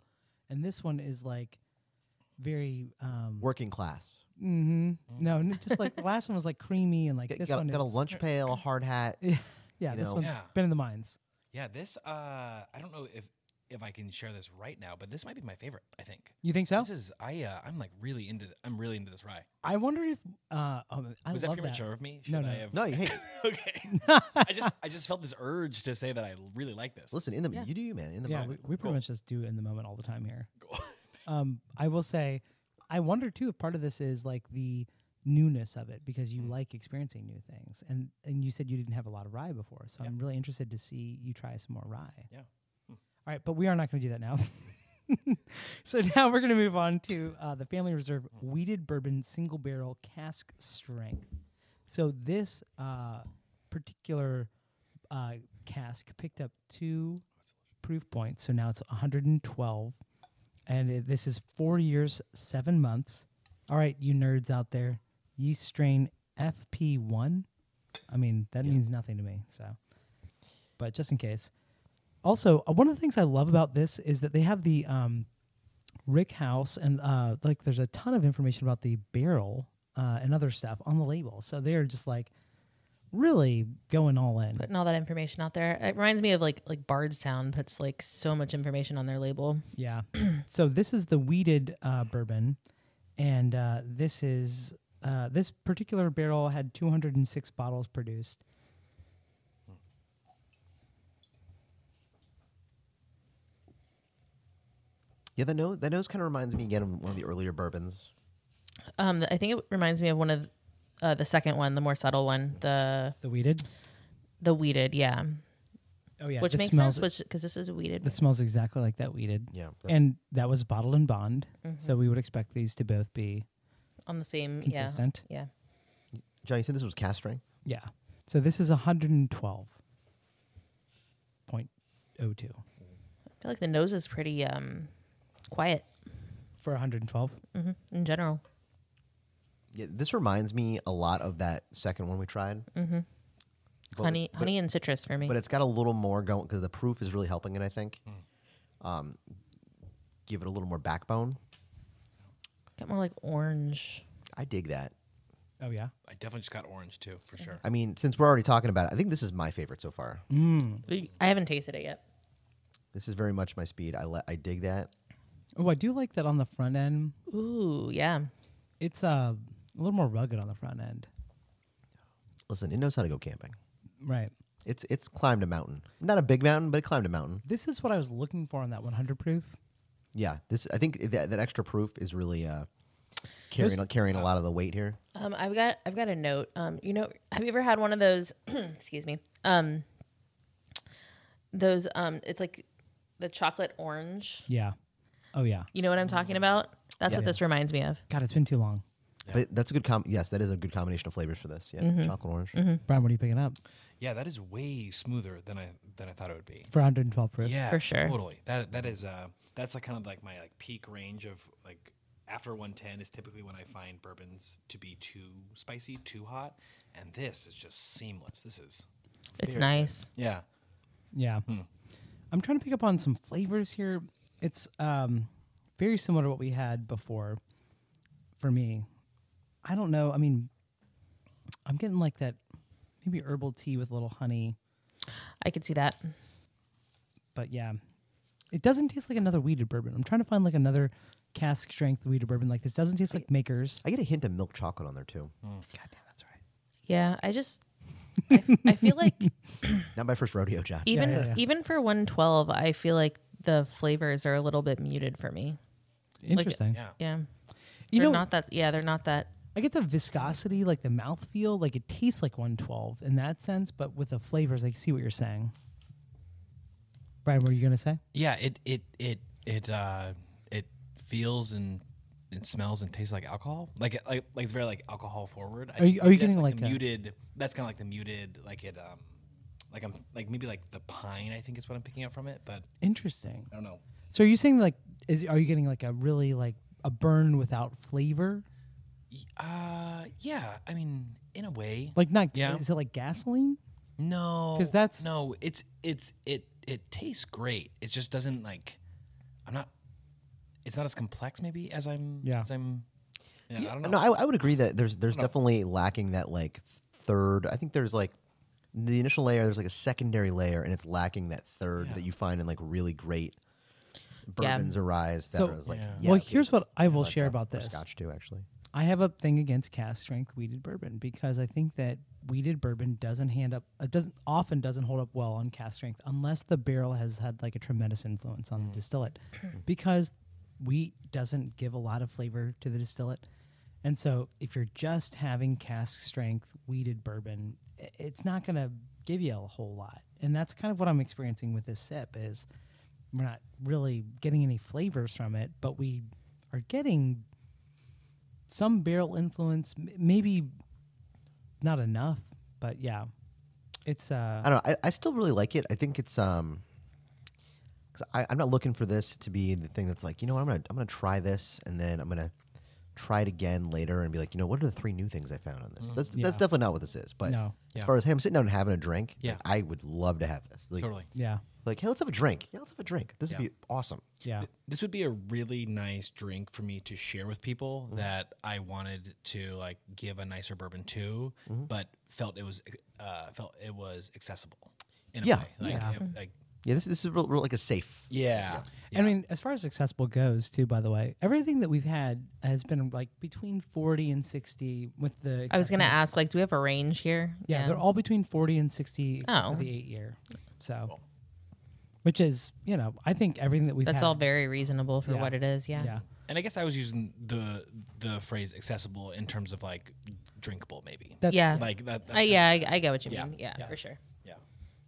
[SPEAKER 1] and this one is like very um
[SPEAKER 2] Working class.
[SPEAKER 1] mm-hmm.
[SPEAKER 2] hmm.
[SPEAKER 1] no n- just like the last one was like creamy and like
[SPEAKER 2] Got,
[SPEAKER 1] this
[SPEAKER 2] got,
[SPEAKER 1] one
[SPEAKER 2] got a
[SPEAKER 1] is- <clears throat>
[SPEAKER 2] lunch pail, a hard hat.
[SPEAKER 1] yeah, yeah
[SPEAKER 2] you
[SPEAKER 1] this
[SPEAKER 2] know.
[SPEAKER 1] one's
[SPEAKER 4] Yeah.
[SPEAKER 1] been in the mines
[SPEAKER 4] Yeah, this uh I don't know if if I can share this right now, but this might be my favorite, I think.
[SPEAKER 1] you think so
[SPEAKER 4] This is I uh, I'm like really into th- I'm really into this rye.
[SPEAKER 1] I wonder if uh oh, I
[SPEAKER 4] Was that
[SPEAKER 1] love
[SPEAKER 4] premature
[SPEAKER 1] that
[SPEAKER 4] of me?
[SPEAKER 1] No,
[SPEAKER 4] Should I
[SPEAKER 1] no.
[SPEAKER 4] have-
[SPEAKER 2] No,
[SPEAKER 1] <laughs>
[SPEAKER 4] <laughs>
[SPEAKER 2] hey,
[SPEAKER 4] okay. I just I just felt this urge to say that I really like this.
[SPEAKER 2] listen, in the you do you, man, in the
[SPEAKER 1] yeah we,
[SPEAKER 2] moment.
[SPEAKER 1] we pretty much just do in the moment all the time here
[SPEAKER 2] <laughs>
[SPEAKER 1] um I will say I wonder too if part of this is like the newness of it because
[SPEAKER 2] Mm.
[SPEAKER 1] you like experiencing new things and and you said you didn't have a lot of rye before so I'm really interested to see you try some more rye
[SPEAKER 4] Yeah.
[SPEAKER 2] Hmm.
[SPEAKER 1] all right but we are not going to do that now <laughs> so now we're going to move on to uh, the family reserve
[SPEAKER 2] Hmm.
[SPEAKER 1] weeded bourbon single barrel cask strength so this uh, particular uh, cask picked up two proof points. So now it's 112. And it, this is four years, seven months. All right, you nerds out there, yeast strain FP1. I mean, that means nothing to me. So, but just in case. Also, uh, one of the things I love about this is that they have the um, Rick House and uh, like there's a ton of information about the barrel uh, and other stuff on the label. So they're just like really going all in.
[SPEAKER 3] Putting all that information out there. It reminds me of like like Bardstown puts like so much information on their label.
[SPEAKER 1] Yeah. <clears throat> so this is the weeded uh, bourbon, and uh, this is uh, this particular barrel had 206 bottles produced.
[SPEAKER 2] Yeah, that nose that nose kind of reminds me again of one of the earlier bourbons.
[SPEAKER 3] Um, I think it reminds me of one of uh, the second one, the more subtle one, the
[SPEAKER 1] The weeded.
[SPEAKER 3] the weeded. Yeah,
[SPEAKER 1] Oh yeah.
[SPEAKER 3] which
[SPEAKER 1] this
[SPEAKER 3] makes
[SPEAKER 1] smells,
[SPEAKER 3] sense, which because this is weeded.
[SPEAKER 1] this smells exactly like that weeded.
[SPEAKER 2] Yeah.
[SPEAKER 1] And that was bottled and bond, so we would expect these to both be
[SPEAKER 3] on the same
[SPEAKER 1] consistent.
[SPEAKER 3] Mm-hmm. Yeah,
[SPEAKER 2] John, you said this was cast strength?
[SPEAKER 1] Yeah. So this is 112.02.
[SPEAKER 3] yeah. I feel like the nose is pretty um quiet
[SPEAKER 1] For 112,
[SPEAKER 3] in general.
[SPEAKER 2] Yeah, this reminds me a lot of that second one we tried. Mm-hmm. But,
[SPEAKER 3] honey, honey and citrus for me.
[SPEAKER 2] but it's got a little more going because the proof is really helping it. I think. Um, give it a little more backbone.
[SPEAKER 3] got more like orange.
[SPEAKER 2] I dig that.
[SPEAKER 1] oh yeah,
[SPEAKER 4] I definitely just got orange too, for sure.
[SPEAKER 2] I mean, since we're already talking about it, I think this is my favorite so far.
[SPEAKER 1] Mm.
[SPEAKER 2] Hmm.
[SPEAKER 3] I haven't tasted it yet.
[SPEAKER 2] This is very much my speed. I le- I dig that.
[SPEAKER 1] oh I do like that on the front end.
[SPEAKER 3] Ooh, yeah.
[SPEAKER 1] It's uh, a little more rugged on the front end,
[SPEAKER 2] Listen, it knows how to go camping.
[SPEAKER 1] right?
[SPEAKER 2] It's it's climbed a mountain. Not a big mountain, but it climbed a mountain.
[SPEAKER 1] This is what I was looking for on that 100 proof.
[SPEAKER 2] Yeah. This I think that, that extra proof is really uh, carrying carrying a lot of the weight here.
[SPEAKER 3] Um, I've got I've got a note. Um, you know, have you ever had one of those? <clears throat> excuse me. Um, those um, it's like the chocolate orange.
[SPEAKER 1] Yeah. Oh yeah.
[SPEAKER 3] You know what I'm talking about? That's what this reminds me of.
[SPEAKER 1] God, it's been too long.
[SPEAKER 2] But that's a good com. Yes, that is a good combination of flavors for this. Yeah,
[SPEAKER 1] Mm-hmm.
[SPEAKER 2] chocolate orange.
[SPEAKER 1] Brian, what are you picking up
[SPEAKER 4] Yeah, that is way smoother than I than I thought it would be.
[SPEAKER 1] for 112 proof?
[SPEAKER 4] Yeah,
[SPEAKER 3] For sure.
[SPEAKER 4] Totally. That that is uh that's like kind of like my like peak range of like after 110 is typically when I find bourbons to be too spicy, too hot, and this is just seamless. This is
[SPEAKER 3] It's nice.
[SPEAKER 4] yeah.
[SPEAKER 1] Yeah. I'm trying to pick up on some flavors here. It's um, very similar to what we had before for me. I don't know. I mean, I'm getting like that maybe herbal tea with a little honey,
[SPEAKER 3] I could see that.
[SPEAKER 1] but yeah. It doesn't taste like another weeded bourbon. I'm trying to find like another cask strength weeded bourbon like this. Doesn't taste like makers.
[SPEAKER 2] I get a hint of milk chocolate on there too.
[SPEAKER 1] God damn, that's right.
[SPEAKER 3] Yeah,
[SPEAKER 2] <laughs>
[SPEAKER 3] I just I, f- I feel like
[SPEAKER 2] Not my first
[SPEAKER 1] <laughs>
[SPEAKER 2] rodeo, John.
[SPEAKER 3] even
[SPEAKER 1] yeah, yeah.
[SPEAKER 3] even for 112, I feel like the flavors are a little bit muted for me.
[SPEAKER 1] Interesting.
[SPEAKER 4] Yeah.
[SPEAKER 3] Yeah.
[SPEAKER 1] You
[SPEAKER 3] they're
[SPEAKER 1] know-
[SPEAKER 3] not that yeah, they're not that
[SPEAKER 1] I get the viscosity, like the mouthfeel, like it tastes like 112 in that sense, but with the flavors, I see what you're saying. Brian, what are you going to say?
[SPEAKER 4] Yeah, it it it it uh it feels and it smells and tastes like alcohol. Like it- like like it's very like alcohol forward. I
[SPEAKER 1] Are you- are
[SPEAKER 4] think
[SPEAKER 1] you
[SPEAKER 4] that's
[SPEAKER 1] getting
[SPEAKER 4] like, the
[SPEAKER 1] like a-
[SPEAKER 4] muted? That's kind of like the muted. Like it um like I'm like maybe like the pine. I think is what I'm picking up from it, but
[SPEAKER 1] Interesting.
[SPEAKER 4] I don't know.
[SPEAKER 1] So are you saying like, is are you getting like a really like a burn without flavor?
[SPEAKER 4] Uh yeah, I mean in a way.
[SPEAKER 1] Like not,
[SPEAKER 4] Yeah.
[SPEAKER 1] is it like gasoline?
[SPEAKER 4] No,
[SPEAKER 1] 'Cause that's-
[SPEAKER 4] no. It's it's it it tastes great. It just doesn't like. I'm not. It's not as complex maybe as I'm.
[SPEAKER 1] Yeah.
[SPEAKER 4] As I'm. Yeah, I don't know.
[SPEAKER 2] No, I, I would agree that there's there's definitely lacking that like third. I think there's like the initial layer. There's like a secondary layer, and it's lacking that third that you find in like really great
[SPEAKER 3] Yeah.
[SPEAKER 2] bourbons or ryes. That
[SPEAKER 1] So-
[SPEAKER 2] is like, yeah.
[SPEAKER 1] well,
[SPEAKER 2] okay,
[SPEAKER 1] here's what I will
[SPEAKER 2] like
[SPEAKER 1] share
[SPEAKER 2] that
[SPEAKER 1] about
[SPEAKER 2] for
[SPEAKER 1] this.
[SPEAKER 2] Scotch too, actually.
[SPEAKER 1] I have a thing against cast strength weeded bourbon because I think that weeded bourbon doesn't hand up uh, doesn't often doesn't hold up well on cast strength unless the barrel has had like a tremendous influence on the distillate because wheat doesn't give a lot of flavor to the distillate. And so if you're just having cask strength weeded bourbon, i- it's not going to give you a whole lot. And that's kind of what I'm experiencing with this sip is we're not really getting any flavors from it, but we are getting some barrel influence, m- maybe not enough, but yeah, it's uh,
[SPEAKER 2] I don't know. I, I still really like it. I think it's um, 'cause I, I'm not looking for this to be the thing that's like, you know, what, I'm gonna I'm gonna try this, and then I'm gonna try it again later, and be like, you know, what are the three new things I found on this? That's
[SPEAKER 1] Yeah.
[SPEAKER 2] that's definitely not what this is. But
[SPEAKER 1] No.
[SPEAKER 2] as
[SPEAKER 4] Mm, Yeah.
[SPEAKER 2] far as hey, I'm sitting down and having a drink,
[SPEAKER 4] Yeah.
[SPEAKER 2] like, I would love to have this. Like,
[SPEAKER 4] totally.
[SPEAKER 1] yeah,
[SPEAKER 2] like hey, let's have a drink. Yeah, let's have a drink. This would
[SPEAKER 4] Yeah.
[SPEAKER 2] be awesome.
[SPEAKER 1] yeah,
[SPEAKER 4] This would be a really nice drink for me to share with people that I wanted to like give a nicer bourbon to, but felt it was uh, felt it was accessible. In a
[SPEAKER 2] Yeah.
[SPEAKER 4] Way. Like,
[SPEAKER 1] Yeah.
[SPEAKER 4] it- like
[SPEAKER 2] Yeah, this this is real, real, like a safe.
[SPEAKER 4] yeah.
[SPEAKER 1] I mean, as far as accessible goes, too. By the way, everything that we've had has been like between forty and sixty. With the
[SPEAKER 3] I was going to
[SPEAKER 1] exception of-
[SPEAKER 3] ask like do we have a range here?
[SPEAKER 1] yeah, they're all between forty and sixty. Except
[SPEAKER 3] Oh.
[SPEAKER 1] for the eight year, so which is you know I think everything that we've
[SPEAKER 3] That's
[SPEAKER 1] had,
[SPEAKER 3] all very reasonable for
[SPEAKER 1] Yeah.
[SPEAKER 3] what it is, yeah.
[SPEAKER 1] yeah.
[SPEAKER 4] And I guess I was using the the phrase accessible in terms of like drinkable maybe.
[SPEAKER 1] That's,
[SPEAKER 3] Yeah.
[SPEAKER 4] like that. that
[SPEAKER 3] I, yeah, I, I get what you
[SPEAKER 4] Yeah.
[SPEAKER 3] mean. Yeah, for sure.
[SPEAKER 4] yeah.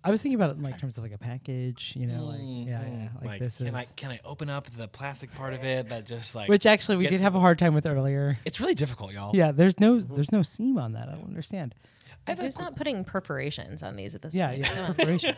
[SPEAKER 1] I was thinking about it in like terms of like a package, you know, like yeah, yeah, like,
[SPEAKER 4] Mm-hmm. Like,
[SPEAKER 1] this
[SPEAKER 4] can
[SPEAKER 1] is
[SPEAKER 4] I can I open up the plastic part of it that just like
[SPEAKER 1] which actually we
[SPEAKER 4] gets
[SPEAKER 1] did
[SPEAKER 4] to
[SPEAKER 1] have a
[SPEAKER 4] the-
[SPEAKER 1] hard time with earlier.
[SPEAKER 4] It's really difficult, y'all.
[SPEAKER 1] Yeah, there's no there's no seam on that. I don't understand.
[SPEAKER 3] Who's not putting perforations on these at this
[SPEAKER 1] Yeah,
[SPEAKER 3] point? <laughs>
[SPEAKER 1] yeah,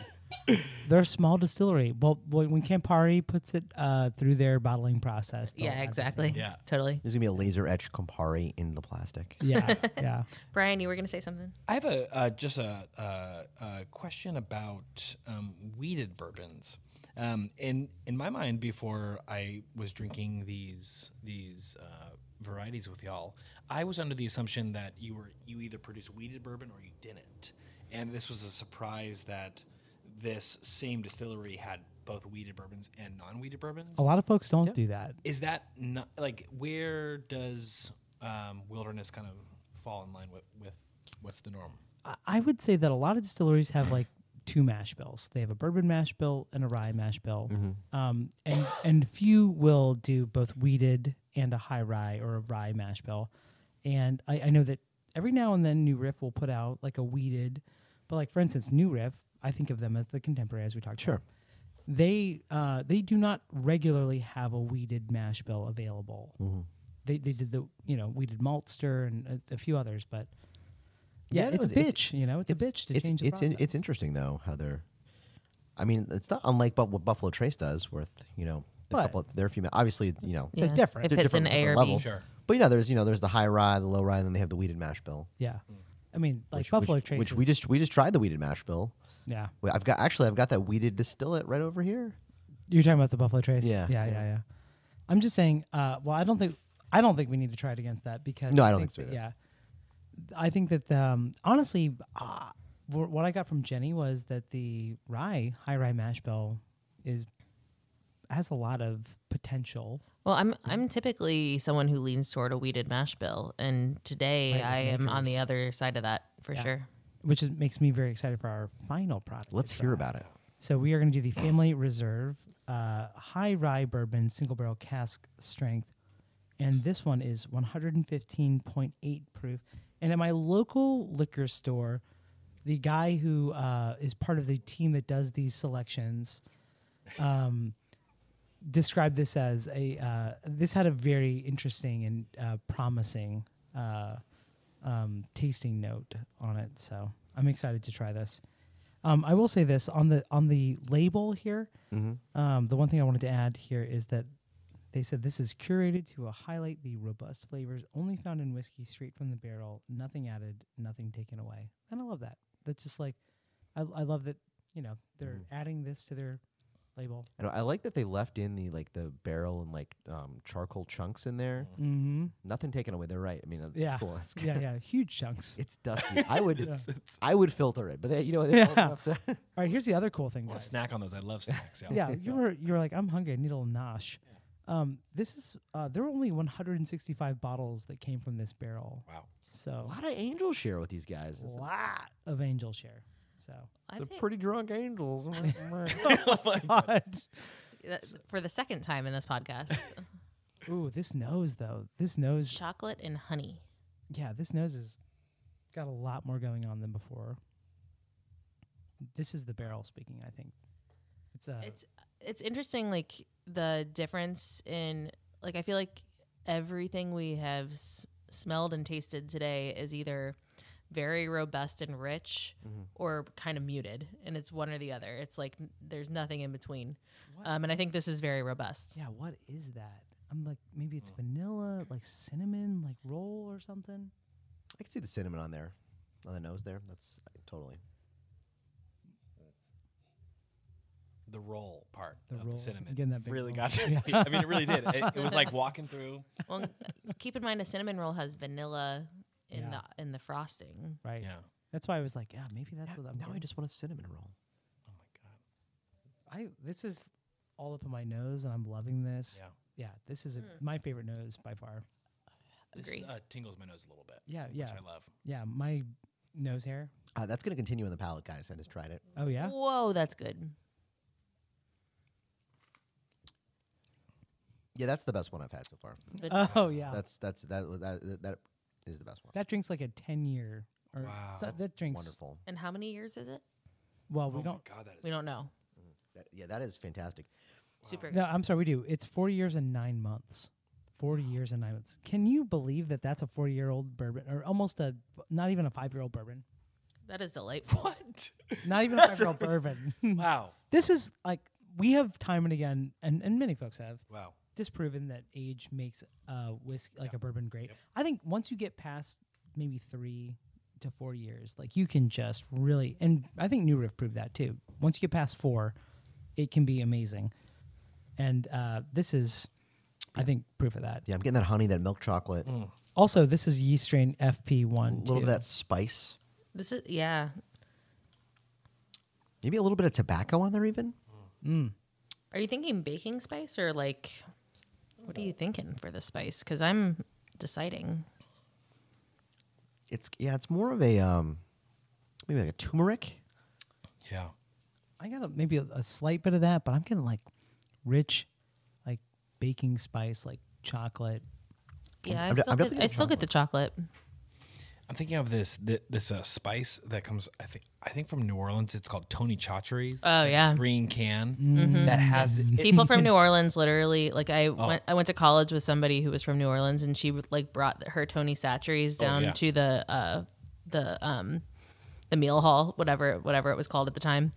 [SPEAKER 1] <laughs> perforation. They're a small distillery. Well, when when Campari puts it uh, through their bottling process, they'll
[SPEAKER 3] Yeah,
[SPEAKER 1] add the
[SPEAKER 3] exactly.
[SPEAKER 4] Yeah.
[SPEAKER 3] Totally.
[SPEAKER 2] There's gonna be a laser etched Campari in the plastic.
[SPEAKER 1] seam. Yeah, yeah.
[SPEAKER 3] Brian, you were going to say something?
[SPEAKER 4] I have a uh, just a, uh, a question about um, weeded bourbons. Um, in in my mind, before I was drinking these these uh, varieties with y'all, I was under the assumption that you were you either produced weeded bourbon or you didn't, and this was a surprise that this same distillery had both weeded bourbons and non weeded bourbons
[SPEAKER 1] A lot of folks don't do that.
[SPEAKER 4] is that not like where does um, wilderness kind of fall in line with, with what's the norm
[SPEAKER 1] I- I would say that a lot of distilleries have like two mash bills. They have a bourbon mash bill and a rye mash bill, um, and and few will do both weeded and a high rye or a rye mash bill. And I, I know that every now and then New Riff will put out like a weeded, but like for instance New Riff, I think of them as the contemporary as we talked.
[SPEAKER 2] Sure.
[SPEAKER 1] about. They uh, they do not regularly have a weeded mash bill available.
[SPEAKER 2] Mm-hmm.
[SPEAKER 1] They, they did the you know weeded maltster and a, a few others, but yeah,
[SPEAKER 2] no,
[SPEAKER 1] it's a
[SPEAKER 2] it's-
[SPEAKER 1] bitch. you know, it's, a bitch to
[SPEAKER 2] it's,
[SPEAKER 1] change the
[SPEAKER 2] it's, in-
[SPEAKER 1] process.
[SPEAKER 2] it's interesting though how they're. I mean, it's not unlike bu- what Buffalo Trace does with you know a couple of their female. Obviously, you know,
[SPEAKER 1] They're different.
[SPEAKER 3] It
[SPEAKER 1] They're
[SPEAKER 3] fits an
[SPEAKER 2] different-
[SPEAKER 3] A or
[SPEAKER 2] different
[SPEAKER 3] B.
[SPEAKER 2] level.
[SPEAKER 4] Sure.
[SPEAKER 2] but you know, there's you know, there's the high rye, the low rye, and then they have the weeded mash bill.
[SPEAKER 1] Yeah. I mean, like
[SPEAKER 2] which-
[SPEAKER 1] Buffalo
[SPEAKER 2] which,
[SPEAKER 1] Trace.
[SPEAKER 2] which we
[SPEAKER 1] is-
[SPEAKER 2] just we just tried the weeded mash bill.
[SPEAKER 1] Yeah.
[SPEAKER 2] Wait, I've got actually I've got that weeded distillate right over here.
[SPEAKER 1] You're talking about the Buffalo Trace.
[SPEAKER 2] Yeah.
[SPEAKER 1] Yeah. Yeah. Yeah. I'm just saying. Uh, well, I don't think I don't think we need to try it against that because
[SPEAKER 2] No, I don't think so
[SPEAKER 1] that- Yeah. I think that um, honestly, uh, wh- what I got from Jenny was that the rye high rye mash bill is has a lot of potential.
[SPEAKER 3] Well, I'm I'm typically someone who leans toward a weeded mash bill, and today I am on the other side of that for sure.
[SPEAKER 1] which is, makes me very excited for our final product.
[SPEAKER 2] Let's
[SPEAKER 1] as
[SPEAKER 2] hear
[SPEAKER 1] well.
[SPEAKER 2] about it.
[SPEAKER 1] So we are going to do the Family Reserve uh, High Rye Bourbon Single Barrel Cask Strength, and this one is 115.8 proof. And at my local liquor store, the guy who uh, is part of the team that does these selections um, described this as a uh, this had a very interesting and uh, promising uh, um, tasting note on it. So I'm excited to try this. Um, I will say this on the on the label here. Um, the one thing I wanted to add here is that they said this is curated to highlight the robust flavors only found in whiskey straight from the barrel. Nothing added, nothing taken away, and I love that. That's just like I, I love that you know they're adding this to their label.
[SPEAKER 2] And I like that they left in the like the barrel and like um, charcoal chunks in there.
[SPEAKER 1] Mm-hmm.
[SPEAKER 2] Nothing taken away. They're right. I mean, uh, it's
[SPEAKER 1] Yeah.
[SPEAKER 2] cool. It's,
[SPEAKER 1] yeah, yeah, huge
[SPEAKER 2] <laughs>
[SPEAKER 1] chunks.
[SPEAKER 2] it's dusty. I would I would filter it, but they, you know, they're old
[SPEAKER 1] Yeah.
[SPEAKER 2] enough to. <laughs>
[SPEAKER 1] All right, here's the other cool thing.
[SPEAKER 4] I want
[SPEAKER 1] guys.
[SPEAKER 4] to snack on those. I love snacks. y'all.
[SPEAKER 1] Yeah, you were you were like, I'm hungry. I need a little nosh. Um, this is uh, there were only 165 bottles that came from this barrel.
[SPEAKER 4] Wow. <laughs>
[SPEAKER 2] a
[SPEAKER 1] So
[SPEAKER 2] lot of angels share with these guys.
[SPEAKER 1] a
[SPEAKER 2] It's-
[SPEAKER 1] lot of angel share. So
[SPEAKER 3] I
[SPEAKER 2] They're
[SPEAKER 3] take-
[SPEAKER 2] pretty drunk <laughs> angels.
[SPEAKER 1] <laughs> God.
[SPEAKER 3] that- for the second time in this
[SPEAKER 1] <laughs>
[SPEAKER 3] podcast,
[SPEAKER 1] Ooh, this nose though. This nose.
[SPEAKER 3] chocolate and honey.
[SPEAKER 1] Yeah, this nose has got a lot more going on than before. This is the barrel speaking. I think it's uh,
[SPEAKER 3] It's it's interesting, like the difference in like I feel like everything we have s- smelled and tasted today is either very robust and rich
[SPEAKER 4] Mm-hmm.
[SPEAKER 3] or kind of muted, and it's one or the other. It's like n- there's nothing in between, um, and I think this is very robust.
[SPEAKER 1] yeah. What is that? I'm like maybe
[SPEAKER 4] Oh.
[SPEAKER 1] it's vanilla, like cinnamon, like roll or something.
[SPEAKER 2] I can see the cinnamon on there, on the nose there. That's totally.
[SPEAKER 4] The roll part
[SPEAKER 1] The
[SPEAKER 4] of
[SPEAKER 1] roll.
[SPEAKER 4] the cinnamon
[SPEAKER 1] Getting that big
[SPEAKER 4] really
[SPEAKER 1] roll.
[SPEAKER 4] got to me. I mean, it really did. It, it
[SPEAKER 1] <laughs>
[SPEAKER 4] was like walking through.
[SPEAKER 3] Well, keep in mind a cinnamon roll has vanilla in
[SPEAKER 1] Yeah.
[SPEAKER 3] the in the frosting.
[SPEAKER 1] Right.
[SPEAKER 4] Yeah.
[SPEAKER 1] That's why I was like, yeah, maybe that's what I'm.
[SPEAKER 2] Now I
[SPEAKER 1] getting.
[SPEAKER 2] just want a cinnamon roll.
[SPEAKER 4] Oh my
[SPEAKER 1] I this is all up in my nose, and I'm loving this.
[SPEAKER 4] god.
[SPEAKER 1] Yeah, this is a, my favorite nose by far.
[SPEAKER 4] Yeah. This
[SPEAKER 3] Agree.
[SPEAKER 4] uh, tingles my nose a little bit.
[SPEAKER 1] Yeah,
[SPEAKER 4] which
[SPEAKER 1] yeah.
[SPEAKER 4] I love.
[SPEAKER 1] Yeah, my nose hair.
[SPEAKER 2] Uh, that's going to continue in the palate, guys. I just tried it.
[SPEAKER 1] Oh yeah,
[SPEAKER 3] Whoa, that's good.
[SPEAKER 2] Yeah, that's the best one I've had so far.
[SPEAKER 3] Good.
[SPEAKER 1] oh yeah.
[SPEAKER 2] That's that's that wa- that that is the best one.
[SPEAKER 1] that drinks like a ten year. Or
[SPEAKER 4] Wow.
[SPEAKER 1] so- that drinks
[SPEAKER 2] Wonderful.
[SPEAKER 3] and how many years is it?
[SPEAKER 1] well. We
[SPEAKER 4] oh
[SPEAKER 1] don't.
[SPEAKER 4] My god, that is.
[SPEAKER 3] We don't know.
[SPEAKER 2] That, yeah, that is fantastic.
[SPEAKER 3] Super.
[SPEAKER 1] No, I'm sorry. We do. It's four years and nine months. Forty years and nine months. Can you believe that? That's a forty-year-old bourbon, or almost a, not even a five-year-old bourbon.
[SPEAKER 3] That is delightful.
[SPEAKER 4] What?
[SPEAKER 1] Not even a five-year-old bourbon. <laughs>
[SPEAKER 4] wow.
[SPEAKER 1] this is like we have time and again, and and many folks have
[SPEAKER 4] Wow.
[SPEAKER 1] disproven that age makes a whiskey like a bourbon great. I think once you get past maybe three to four years, like you can just really and I think New Riff proved that too. Once you get past four, it can be amazing. And uh, this is I think proof of that.
[SPEAKER 2] Yeah, I'm getting that honey, that milk chocolate, a
[SPEAKER 1] Also, this is yeast strain FP one.
[SPEAKER 2] little bit of that spice,
[SPEAKER 3] This is yeah.
[SPEAKER 2] maybe a little bit of tobacco on there even.
[SPEAKER 3] Are you thinking baking spice or like what are you thinking for the spice? Because I'm deciding.
[SPEAKER 2] It's yeah, it's more of a um, maybe like a turmeric.
[SPEAKER 4] Yeah.
[SPEAKER 1] I got a, maybe a, a slight bit of that, but I'm getting like rich, like baking spice, like chocolate.
[SPEAKER 3] Yeah, I
[SPEAKER 2] I'm de-
[SPEAKER 3] still,
[SPEAKER 2] I'm
[SPEAKER 3] get,
[SPEAKER 2] definitely
[SPEAKER 3] I
[SPEAKER 2] getting
[SPEAKER 3] still get the chocolate.
[SPEAKER 4] I'm thinking of this th- this uh, spice that comes. I think I think from New Orleans. It's called Tony Chachere's.
[SPEAKER 3] Oh,
[SPEAKER 4] <laughs>
[SPEAKER 3] yeah.
[SPEAKER 4] green can
[SPEAKER 1] Mm-hmm.
[SPEAKER 4] that has it,
[SPEAKER 3] People from New Orleans literally like I went I went to college with somebody who was from New Orleans and she would, like brought her Tony Satcheries down
[SPEAKER 4] yeah.
[SPEAKER 3] to the uh the um the meal hall, whatever whatever it was called at the time.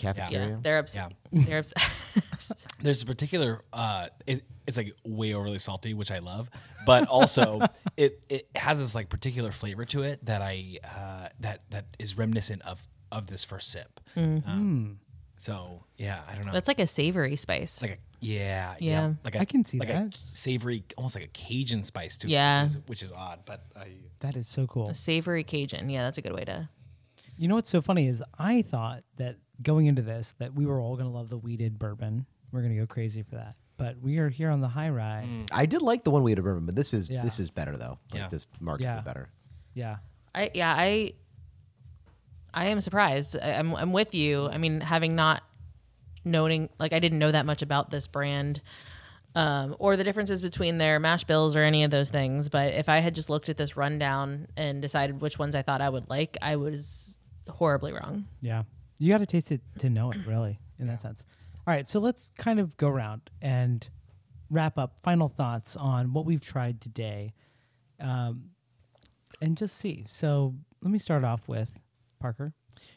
[SPEAKER 3] Yeah,
[SPEAKER 2] Cafeteria.
[SPEAKER 3] they're obsessed. They're obsessed.
[SPEAKER 4] There's a particular. Uh, it, it's like way overly salty, which I love,
[SPEAKER 3] <laughs>
[SPEAKER 4] but also it it has this like particular flavor to it that I uh, that that is reminiscent of of this first sip. Um, so yeah, I don't
[SPEAKER 3] <laughs>
[SPEAKER 4] know.
[SPEAKER 3] Mm-hmm. That's like a savory spice.
[SPEAKER 4] like a yeah,
[SPEAKER 3] Yeah.
[SPEAKER 4] yeah. Like a,
[SPEAKER 1] I can see
[SPEAKER 4] like
[SPEAKER 1] that.
[SPEAKER 4] a savory, almost like a Cajun spice to
[SPEAKER 3] Yeah.
[SPEAKER 4] it, which is, which is odd. But I
[SPEAKER 1] That is so cool.
[SPEAKER 3] a savory Cajun. Yeah, that's a good way to.
[SPEAKER 1] You know what's so funny is I thought that going into this that we were all going to love the weeded bourbon. We're going to go crazy for that. But we are here on the high rye.
[SPEAKER 2] I did like the one we had bourbon, but this is
[SPEAKER 1] Mm. Yeah.
[SPEAKER 2] this is better though. Like
[SPEAKER 4] Yeah.
[SPEAKER 2] just markedly
[SPEAKER 1] Yeah.
[SPEAKER 2] better.
[SPEAKER 1] Yeah.
[SPEAKER 3] I yeah I. I am surprised. I, I'm I'm with you. I mean, having not knowing like I didn't know that much about this brand. Um, or the differences between their mash bills or any of those things. But if I had just looked at this rundown and decided which ones I thought I would like, I was horribly wrong.
[SPEAKER 1] Yeah. You got to taste it to know it, really, in that sense. All right. So let's kind of go around and wrap up final thoughts on what we've tried today um, and just see. So let me start off with Parker.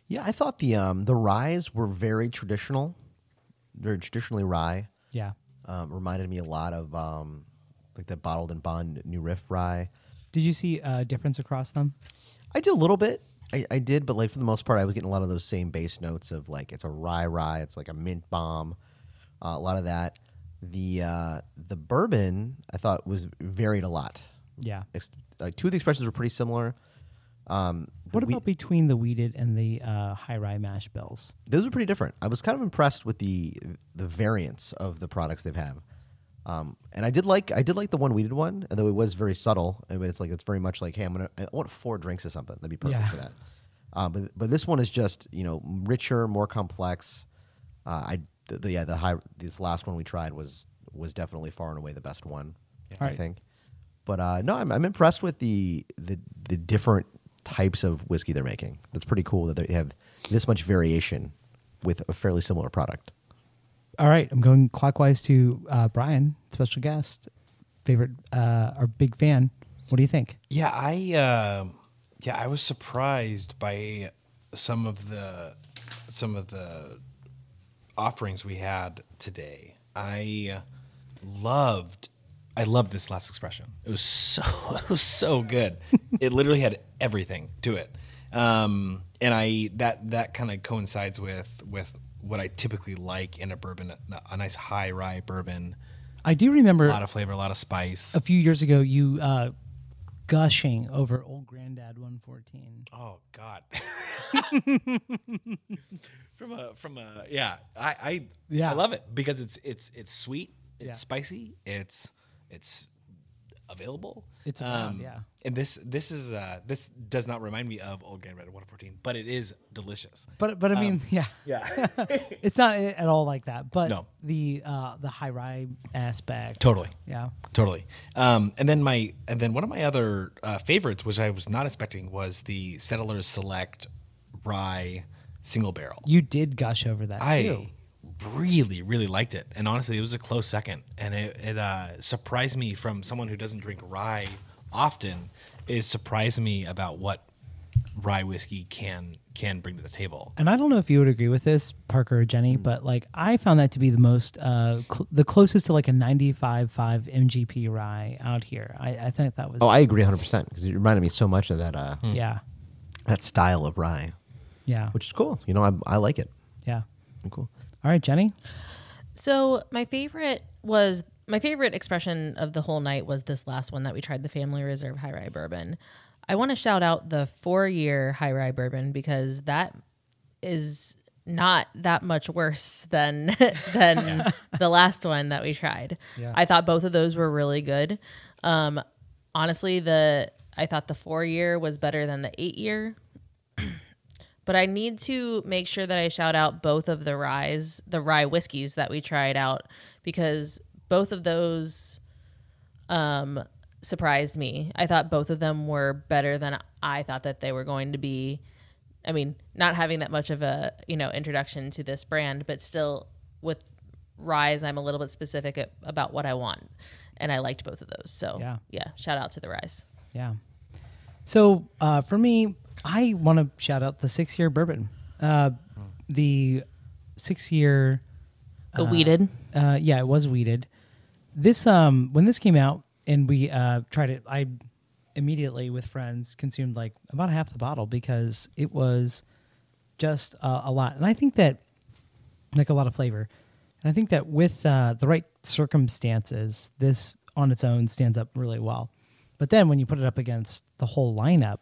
[SPEAKER 2] Yeah, I thought the um the ryes were very traditional. They're traditionally rye.
[SPEAKER 1] Yeah.
[SPEAKER 2] Um, reminded me a lot of um like the bottled and bond new riff rye.
[SPEAKER 1] Did you see a difference across them?
[SPEAKER 2] I did a little bit. I, I did, but like for the most part, I was getting a lot of those same base notes of like it's a rye rye, it's like a mint bomb, uh, a lot of that. The uh, the bourbon I thought was varied a lot.
[SPEAKER 1] Yeah.
[SPEAKER 2] Ex- like two of the expressions were pretty similar.
[SPEAKER 1] What about between the weeded and the uh, high rye mash bills?
[SPEAKER 2] Those were pretty different. I was kind of impressed with the the variants of the products they've have. Um, and I did like I did like the one we did one, although it was very subtle. I mean, it's like it's very much like, hey, I'm gonna I want four drinks of something. That'd be perfect
[SPEAKER 1] Yeah.
[SPEAKER 2] for that. Uh, but but this one is just you know richer, more complex. Uh, I the, the, yeah the high this last one we tried was was definitely far and away the best one. I
[SPEAKER 1] Alright.
[SPEAKER 2] think. But uh, no, I'm, I'm impressed with the, the the different types of whiskey they're making. That's pretty cool that they have this much variation with a fairly similar product.
[SPEAKER 1] All right, I'm going clockwise to uh, Brian, special guest, favorite, uh, our big fan. What do you think?
[SPEAKER 4] Yeah, I uh, yeah, I was surprised by some of the some of the offerings we had today. I loved I loved this last expression. It was so <laughs> it was so good. it literally had everything to it. Um, and I that that kind of coincides with with what I typically like in a bourbon, a nice high rye bourbon,
[SPEAKER 1] I do
[SPEAKER 4] a
[SPEAKER 1] remember
[SPEAKER 4] lot of flavor, a lot of spice.
[SPEAKER 1] a few years ago you uh, gushing over Old Grandad 114.
[SPEAKER 4] Oh
[SPEAKER 1] <laughs>
[SPEAKER 4] God. from a from a yeah, I I
[SPEAKER 1] Yeah.
[SPEAKER 4] I love it because it's it's it's sweet, it's
[SPEAKER 1] Yeah.
[SPEAKER 4] spicy, it's it's available. Um,
[SPEAKER 1] It's around, yeah.
[SPEAKER 4] And this this is uh this does not remind me of Old Grand Red 114, but it is delicious.
[SPEAKER 1] But but I mean, <laughs> yeah,
[SPEAKER 4] Um, Yeah. <laughs>
[SPEAKER 1] it's not a- at all like that. But
[SPEAKER 4] No.
[SPEAKER 1] the uh, the high rye aspect,
[SPEAKER 4] totally.
[SPEAKER 1] yeah,
[SPEAKER 4] Totally. Um, and then my and then one of my other uh, favorites, which I was not expecting, was the Settlers Select Rye Single Barrel.
[SPEAKER 1] you did gush over that
[SPEAKER 4] I
[SPEAKER 1] too.
[SPEAKER 4] really, really liked it, and honestly, it was a close second. And it, it uh, surprised me from someone who doesn't drink rye often. It surprised me about what rye whiskey can can bring to the table.
[SPEAKER 1] and I don't know if you would agree with this, Parker or Jenny, but like I found that to be the most, uh, cl- the closest to like a 95.5 MGP rye out here. I, I think that was,
[SPEAKER 2] Oh, I agree 100 percent because it reminded me so much of that uh,
[SPEAKER 1] yeah,
[SPEAKER 2] that style of rye,
[SPEAKER 1] yeah,
[SPEAKER 2] which is cool. You know, I I like it.
[SPEAKER 1] yeah.
[SPEAKER 2] Cool.
[SPEAKER 1] All right, Jenny.
[SPEAKER 3] So my favorite was my favorite expression of the whole night was this last one that we tried the Family Reserve High Rye Bourbon. I want to shout out the four year High Rye Bourbon because that is not that much worse than <laughs> than the last one that we tried. I thought both of those were really good. Um, honestly, the I thought the four year was better than the eight year but I need to make sure that I shout out both of the ryes, the rye whiskeys that we tried out because both of those um, surprised me. I thought both of them were better than I thought that they were going to be. I mean, not having that much of a you know introduction to this brand, but still with ryes, I'm a little bit specific a- about what I want, and I liked both of those. So
[SPEAKER 1] Yeah.
[SPEAKER 3] shout out to the ryes.
[SPEAKER 1] Yeah. So uh, for me, I want to shout out the six year bourbon. Uh, the six year
[SPEAKER 3] The weeded.
[SPEAKER 1] uh, yeah, it was weeded. This um when this came out and we uh tried it, I immediately with friends consumed like about half the bottle because it was just uh, a lot. And I think that like a lot of flavor. And I think that with uh, the right circumstances, this on its own stands up really well. But then when you put it up against the whole lineup,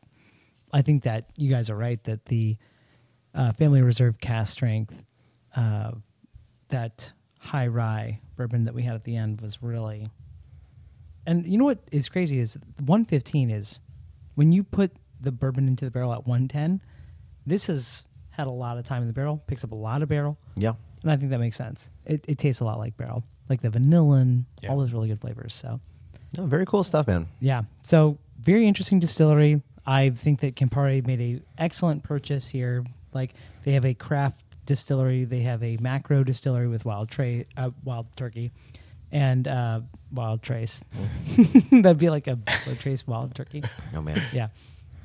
[SPEAKER 1] I think that you guys are right that the uh, Family Reserve cast strength, uh, that high rye bourbon that we had at the end was really. And you know what is crazy is 115 is when you put the bourbon into the barrel at 110, this has had a lot of time in the barrel, picks up a lot of barrel.
[SPEAKER 2] Yeah.
[SPEAKER 1] And I think that makes sense. It, it tastes a lot like barrel, like the vanilla and
[SPEAKER 4] Yeah.
[SPEAKER 1] all those really good flavors. So,
[SPEAKER 2] No, very cool stuff, man.
[SPEAKER 1] yeah. So, very interesting distillery. I think that Campari made a excellent purchase here. Like they have a craft distillery, they have a macro distillery with wild tray, uh, wild turkey, and uh, wild trace. <laughs> That'd be like a wild trace wild turkey.
[SPEAKER 2] Oh man.
[SPEAKER 1] Yeah.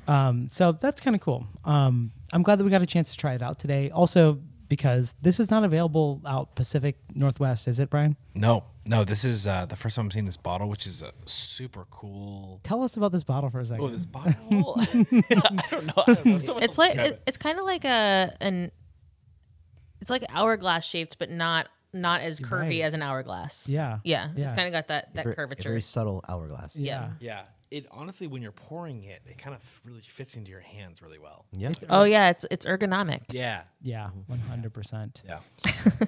[SPEAKER 1] Um, so that's kind of cool. Um, I'm glad that we got a chance to try it out today. Also, because this is not available out Pacific Northwest, is it, Brian?
[SPEAKER 4] No, no, this is uh, the first time I'm seeing this bottle, which is a super cool.
[SPEAKER 1] Tell us about this bottle for a second.
[SPEAKER 4] Oh, this bottle! <laughs> I don't know. I don't know. Someone
[SPEAKER 3] It's
[SPEAKER 4] else
[SPEAKER 3] like
[SPEAKER 4] describe
[SPEAKER 3] it, it's kind of like a an it's like hourglass shaped, but not not as curvy
[SPEAKER 1] Right.
[SPEAKER 3] as an hourglass.
[SPEAKER 1] Yeah.
[SPEAKER 3] yeah,
[SPEAKER 1] Yeah.
[SPEAKER 3] It's kind of got that that
[SPEAKER 2] Ver- a
[SPEAKER 3] curvature.
[SPEAKER 2] Very subtle hourglass.
[SPEAKER 3] yeah.
[SPEAKER 4] it. <laughs> Yeah, it honestly, when you're pouring it, it kind of really fits into your hands really well.
[SPEAKER 2] Yeah.
[SPEAKER 3] Oh yeah, it's it's ergonomic.
[SPEAKER 4] Yeah,
[SPEAKER 1] Yeah, 100%.
[SPEAKER 4] yeah.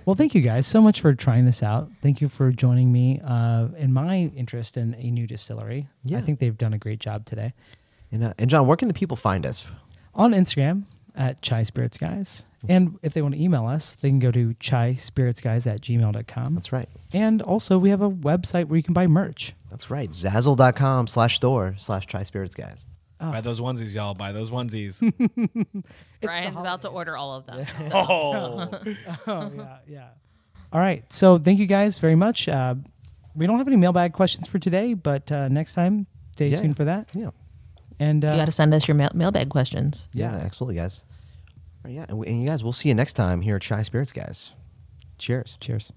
[SPEAKER 1] Well, thank you guys so much for trying this out. Thank you for joining me uh, in my interest in a new distillery.
[SPEAKER 2] Yeah.
[SPEAKER 1] I think they've done a great job today.
[SPEAKER 2] And, uh, and John, where can the people find us?
[SPEAKER 1] on Instagram at Chai Spirits Guys. And if they want to email us, they can go to chai spirits guys at gmail.com.
[SPEAKER 2] That's right.
[SPEAKER 1] And also, we have a website where you can buy merch.
[SPEAKER 2] That's right. Zazzle.com slash store slash try spirits guys.
[SPEAKER 4] Buy those onesies, y'all. Buy those onesies.
[SPEAKER 3] Brian's about to order all of them.
[SPEAKER 4] oh,
[SPEAKER 1] Oh, yeah, yeah. All right. So, thank you guys very much. Uh, we don't have any mailbag questions for today, but uh, next time, stay
[SPEAKER 2] Yeah.
[SPEAKER 1] tuned for that.
[SPEAKER 2] Yeah.
[SPEAKER 1] And uh,
[SPEAKER 3] You got to send us your mail- mailbag questions.
[SPEAKER 2] Yeah, absolutely, guys. All right, yeah. And, we, and you guys, we'll see you next time here at Shy Spirits, guys. Cheers.
[SPEAKER 1] cheers.